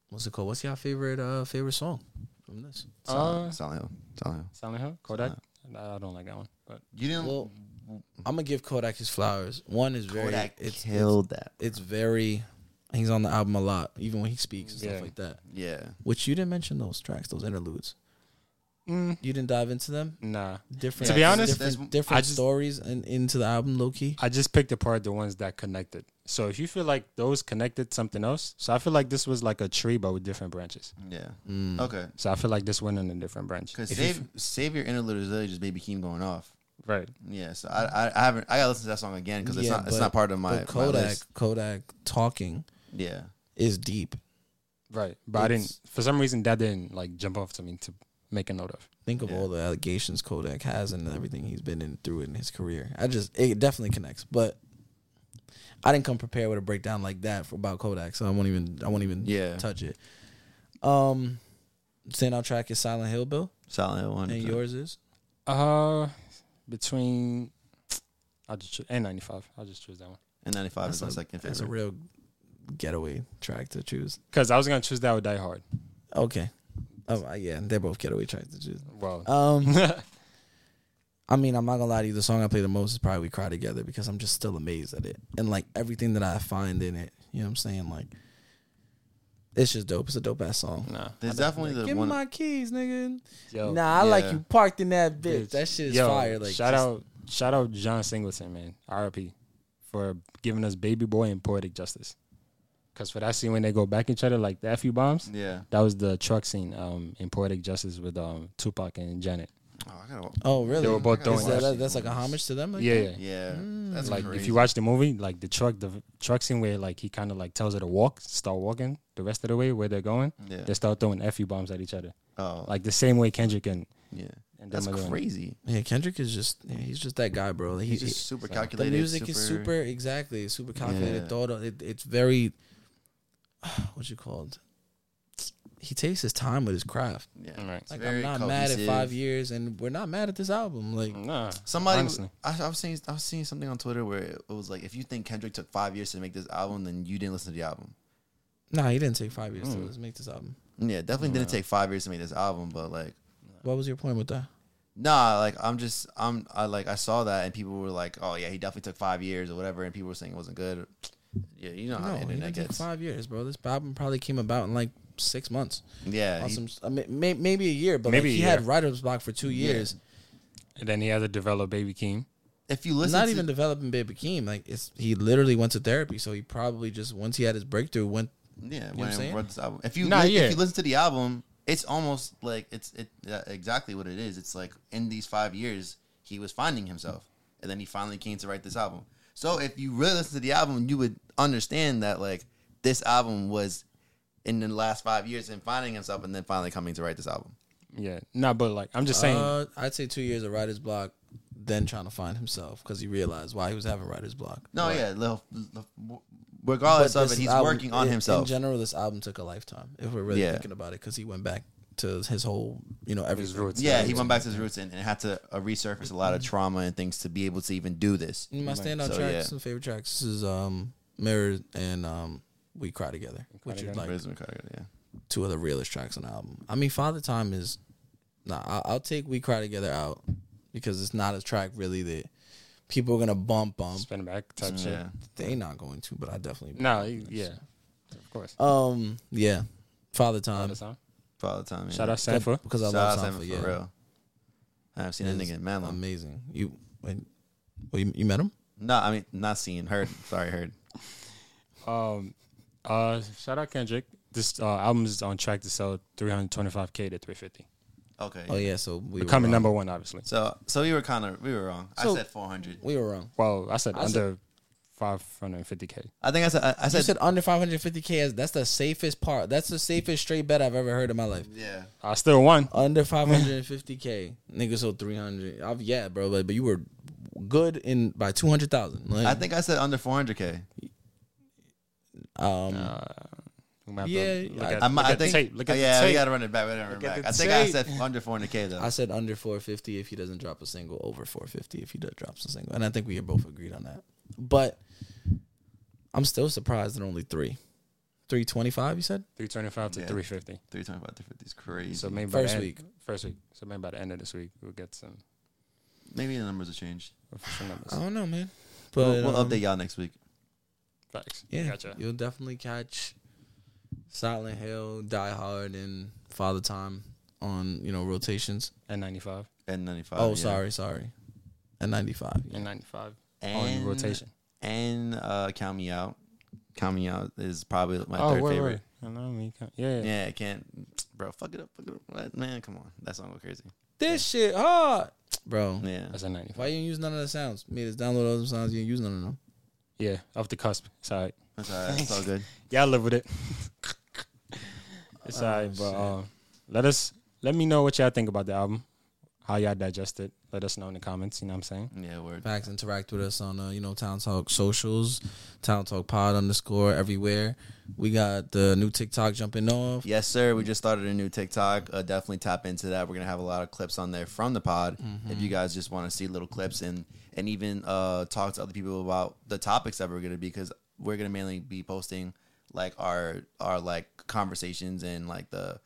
C: What's it called? What's your favorite uh favorite song from this?
B: Solid,
D: Uh,
B: Silent Hill, Silent Hill.
D: Silent Hill. Kodak. I don't like that one. But
B: You didn't.
C: Well, I'm gonna give Kodak his flowers. One is very
B: Kodak
C: it's
B: killed that.
C: it's very he's on the album a lot, even when he speaks and
D: Yeah.
C: stuff like that.
B: Yeah,
C: Which you didn't mention those tracks, those interludes.
D: Mm.
C: You didn't dive into them.
D: nah.
C: Different.
D: To be honest,
B: that's-
C: different, different
D: I just-
C: stories and into the album, low key.
D: I just picked apart the ones that connected. So if you feel like those connected something else, so I feel like this was like a tree but with different branches.
B: yeah.
C: Mm.
B: Okay,
D: So I feel like this went in a different branch.
B: because save save your interlude is literally just baby Keem going off.
D: Right.
B: Yeah, so I I, I haven't I gotta listen to that song again because it's
C: Yeah,
B: not it's
C: but-
B: not part of my,
C: but
B: my
C: Kodak
B: list.
C: Kodak talking
B: Yeah,
C: is deep.
D: Right. But I didn't for some reason that didn't like jump off to me to make a note of.
C: Think of all the allegations Kodak has and everything he's been in through in his career. I just it definitely connects, but I didn't come prepared with a breakdown like that for, about Kodak, so I won't even I won't even
B: Yeah.
C: touch it. Um, standout track is Silent Hill, Bill,
B: Silent Hill one.
C: and yours is
D: Uh between I'll just choose and ninety five. I'll just choose that one.
B: and ninety five is my second
C: that's a
B: favorite.
C: real getaway track to choose.
D: Because I was gonna choose that with Die Hard.
C: Okay, oh uh, yeah, they're both getaway tracks to choose.
D: Well
C: Um, I mean, I'm not gonna lie to you. The song I play the most is probably "We Cry Together" because I'm just still amazed at it and like everything that I find in it. You know what I'm saying? Like, it's just dope. It's a dope ass song.
D: nah.
B: There's definitely the
C: Give
B: one.
C: me my keys, nigga.
D: Yo,
C: nah, I like
B: yeah.
C: you parked in that bitch. That shit is
D: Yo,
C: fire. Like,
D: shout
C: just-
D: out shout out John Singleton, man. RP for giving us baby boy and poetic justice. Cause for that scene when they go back each other like the FU bombs.
B: yeah.
D: That was the truck scene um, in Poetic Justice with um, Tupac and Janet.
B: Oh, I gotta.
C: Oh, really?
D: They were both
C: Is
D: throwing
C: that-
D: that.
C: that- that's like a homage to them. Like
D: Yeah,
C: that?
D: yeah.
B: Yeah, Mm. that's
D: Like
B: crazy.
D: if you watch the movie, like the truck, the v- truck scene where like he kind of like tells her to walk, start walking the rest of the way where they're going.
B: Yeah.
D: They start throwing fu bombs at each other,
B: Oh,
D: like the same way Kendrick and,
B: yeah.
D: and
B: That's
D: them are doing.
B: crazy.
C: Yeah, Kendrick is just yeah, he's just that guy, bro. He-
B: He's
C: he-
B: just super
C: the
B: calculated.
C: music is super exactly it's super calculated
B: Yeah.
C: thought of- it, it's very what's it called he takes his time with his craft
B: Yeah.
D: All right.
C: like
B: very
C: i'm not mad at
B: cohesive.
C: five years and we're not mad at this album like
D: Nah,
B: Somebody,
D: honestly,
B: I, I was seeing, I was seeing something on Twitter where it was like, if you think Kendrick took five years to make this album, then you didn't listen to the album.
C: nah he didn't take five years to
B: Mm.
C: let's make this album
B: Yeah, it definitely didn't take five years to make this album, but like,
C: what was your point with that
B: nah, like I'm just, I'm, I like, I saw that and people were like, oh yeah, he definitely took five years or whatever, and people were saying it wasn't good. Yeah, you know how
C: no
B: the
C: he
B: internet
C: didn't take
B: gets.
C: five years bro this album probably came about in like six months
B: Yeah, he-
C: awesome I mean, may, maybe a year but
D: Maybe
C: like
D: a
C: he had
D: year.
C: writer's block for two years
D: and then he had to develop Baby Keem.
B: if you listen,
C: not
B: to,
C: even developing baby keem like it's he literally went to therapy so he probably just once he had his breakthrough went
B: yeah,
C: what
B: when
C: I'm
B: I
C: saying?
B: wrote this album, if you,
D: Nah,
B: li-
D: yeah.
B: if you listen to the album, it's almost like it's it uh, exactly what it is. It's like in these five years, he was finding himself, and then he finally came to write this album. So if you really listen to the album, you would understand that like this album was in the last five years and finding himself, and then finally coming to write this album.
D: Yeah, nah, but like I'm just saying,
C: Uh, I'd say two years of writer's block, then trying to find himself because he realized why he was having writer's block.
B: No, yeah, little, regardless
C: But
B: of it,
C: this
B: he's
C: album-
B: working on
C: in-
B: himself.
C: In general, this album took a lifetime if we're really
B: Yeah.
C: thinking about it because he went back to his whole, you know, everything.
D: his roots.
B: yeah, he went back to his roots and, and had to uh, resurface a lot of trauma and things to be able to even do this.
C: My standout
B: So,
C: tracks
B: yeah.
C: and favorite tracks is um, Mirror and um, We Cry Together, which
D: Together.
C: are like
B: Charisma Carter, yeah.
C: two of the realest tracks on the album. I mean, Father Time is. Nah, I'll, I'll take We Cry Together out because it's not a track really that people are going to bump bump.
D: spin back type shit.
B: Yeah.
C: They not going to, but I definitely
D: No, he- yeah, of course.
C: Um, yeah, Father
D: All
C: Time
D: the time.
B: Father Time. Um, Yeah.
D: Shout out Sanford.
C: because I
B: Shout
C: love
B: out
C: Sanford.
B: Sanford
C: yeah,
B: for real. I haven't seen that
C: It's
B: nigga in man long.
C: amazing. You, wait, well, you, you met him?
B: No, I mean not seen. Heard. Sorry, heard.
D: Um, uh, shout out Kendrick. This uh, album is on track to sell 325k to 350,
B: Okay.
C: Oh yeah, so we were
D: becoming
C: wrong.
D: number one, obviously.
B: So so we were kind of we were wrong.
C: So-
B: I said 400.
C: We were wrong.
D: Well, I said
C: I
D: under 550k.
B: I think I said I, I
C: You
B: said,
C: said under 550k. as- That's the safest part. That's the safest straight bet I've ever heard in my life.
B: yeah.
D: I still won.
C: Under 550k, niggas sold 300. I've, yeah, bro, but, but you were good in by 200,000. Like,
B: I think I said under 400k.
C: um,
D: Uh, we might have to
C: Yeah,
D: look
C: I-
D: at,
B: I, might,
D: look
B: I
D: at the
B: think
D: tape. Look
B: oh,
D: at
B: yeah,
D: the
B: we
D: tape.
B: gotta run it back. We gotta run it
D: at
B: back.
D: the
B: I think I
D: tape.
B: said under 400k though.
C: I said under 450 if he doesn't drop a single, over 450 if he does drops a single, and I think we both agreed on that. But I'm still surprised at only three, 325. You said
D: 325 to
B: Yeah.
D: 350.
B: 325 to 50 is crazy.
D: So
B: So
D: maybe by
C: First
D: the end-
C: week.
D: First week. So maybe by the end of this week we'll get some
B: maybe the numbers will change.
D: official numbers.
C: I
B: Uh-huh.
C: don't know, man.
B: We'll,
C: But
B: we'll
C: um,
B: update y'all next week.
D: Facts.
C: Yeah,
D: Gotcha.
C: you'll definitely catch Silent Hill, Die Hard, and Father Time on you know rotations.
D: And 95.
B: And 95.
C: oh,
B: yeah.
C: sorry, Oh, sorry, at 95. yeah.
D: And 95
B: And
D: on rotation.
B: And uh, count me out. Count me out is probably
D: Oh,
B: my third favorite.
D: I know me. can't- Yeah, yeah.
B: Yeah, I can't, bro. Fuck it up, fuck it up. What? Man, come on, that song go crazy.
C: This shit hard, bro.
B: Yeah,
D: That's a 95.
C: Why you didn't use none of the sounds? Me just download all the sounds. You didn't use none of them.
D: Yeah, off the cusp. It's all right.
B: that's all right. It's all good.
D: Y'all live with it. it's
B: Oh,
D: all right, but uh, let us let me know what y'all think about the album, how y'all digest it. Let us know in the comments. You know what I'm saying?
B: Yeah, word.
C: Facts. Interact with us on uh, you know Town Talk socials, Town Talk Pod underscore everywhere. We got the new TikTok jumping off.
B: Yes, sir.
D: Mm-hmm.
B: We just started a new TikTok. Uh, definitely tap into that. We're gonna have a lot of clips on there from the pod. If
D: Mm-hmm.
B: you guys just want to see little clips and and even uh, talk to other people about the topics that we're gonna be, because we're gonna mainly be posting like our our like conversations and like the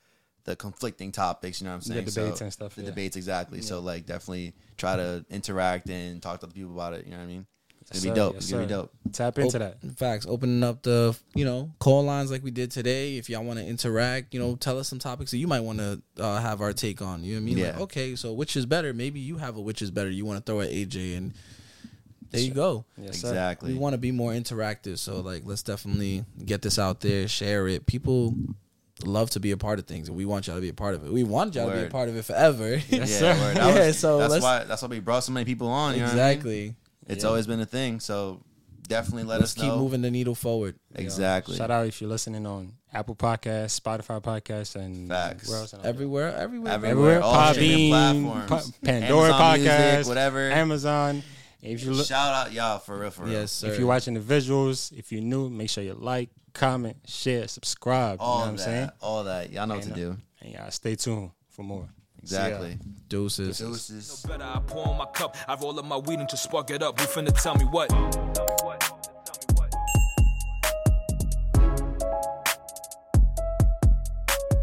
B: the conflicting topics. You know what I'm saying?
D: The debates and stuff,
B: The
D: yeah.
B: debates, exactly. So like, definitely try to interact and talk to other people about it. You know what I mean? It's gonna
D: Yes,
B: be
D: sir.
B: dope.
D: Yes,
B: it's gonna be
D: sir.
B: dope.
D: Tap into that.
C: Facts. Opening up the you know call lines like we did today. If y'all want to interact, you know, tell us some topics that you might want to uh, have our take on. You know what I mean? Like,
B: Yeah.
C: okay, so which is better? Maybe you have a which is better. You want to throw at AJ, and there you go.
D: Yes, sir.
B: Exactly.
C: We want to be more interactive, so like let's definitely get this out there, share it. People love to be a part of things, and we want y'all to be a part of it. We want y'all to be a
B: Word.
C: part of it forever.
D: Yes,
B: yeah,
D: sir.
B: word. That
C: Yeah,
B: was-
C: so
B: that's
C: let's-
B: why that's why we brought so many people on. You know what I mean?
C: exactly.
B: It's
D: Yeah.
B: always been a thing. So definitely let
C: Let's
B: us
C: keep
B: know.
C: moving the needle forward.
B: Exactly.
D: Shout out if you're listening on Apple Podcasts, Spotify Podcasts, and
B: Facts.
D: where else? am I?
C: Everywhere, everywhere.
B: Everywhere.
D: everywhere.
B: all streaming
D: Podbean,
B: platforms.
D: Pa- Pandora
B: Amazon Music,
D: Podcast,
B: whatever.
D: Amazon. If you look,
B: Shout out y'all for real, for real.
C: Yes, sir.
D: if you're watching the visuals, if you're new, make sure you like, comment, share, subscribe.
B: all
D: you know what I'm
B: that,
D: saying?
B: all that. Y'all know what to
D: Ain't
B: do.
D: And y'all stay tuned for more. See ya.
B: Exactly.
C: Deuces.
B: Deuces.
A: Better I pour on my cup, I roll up my weed and just spark it up. You finna tell me what?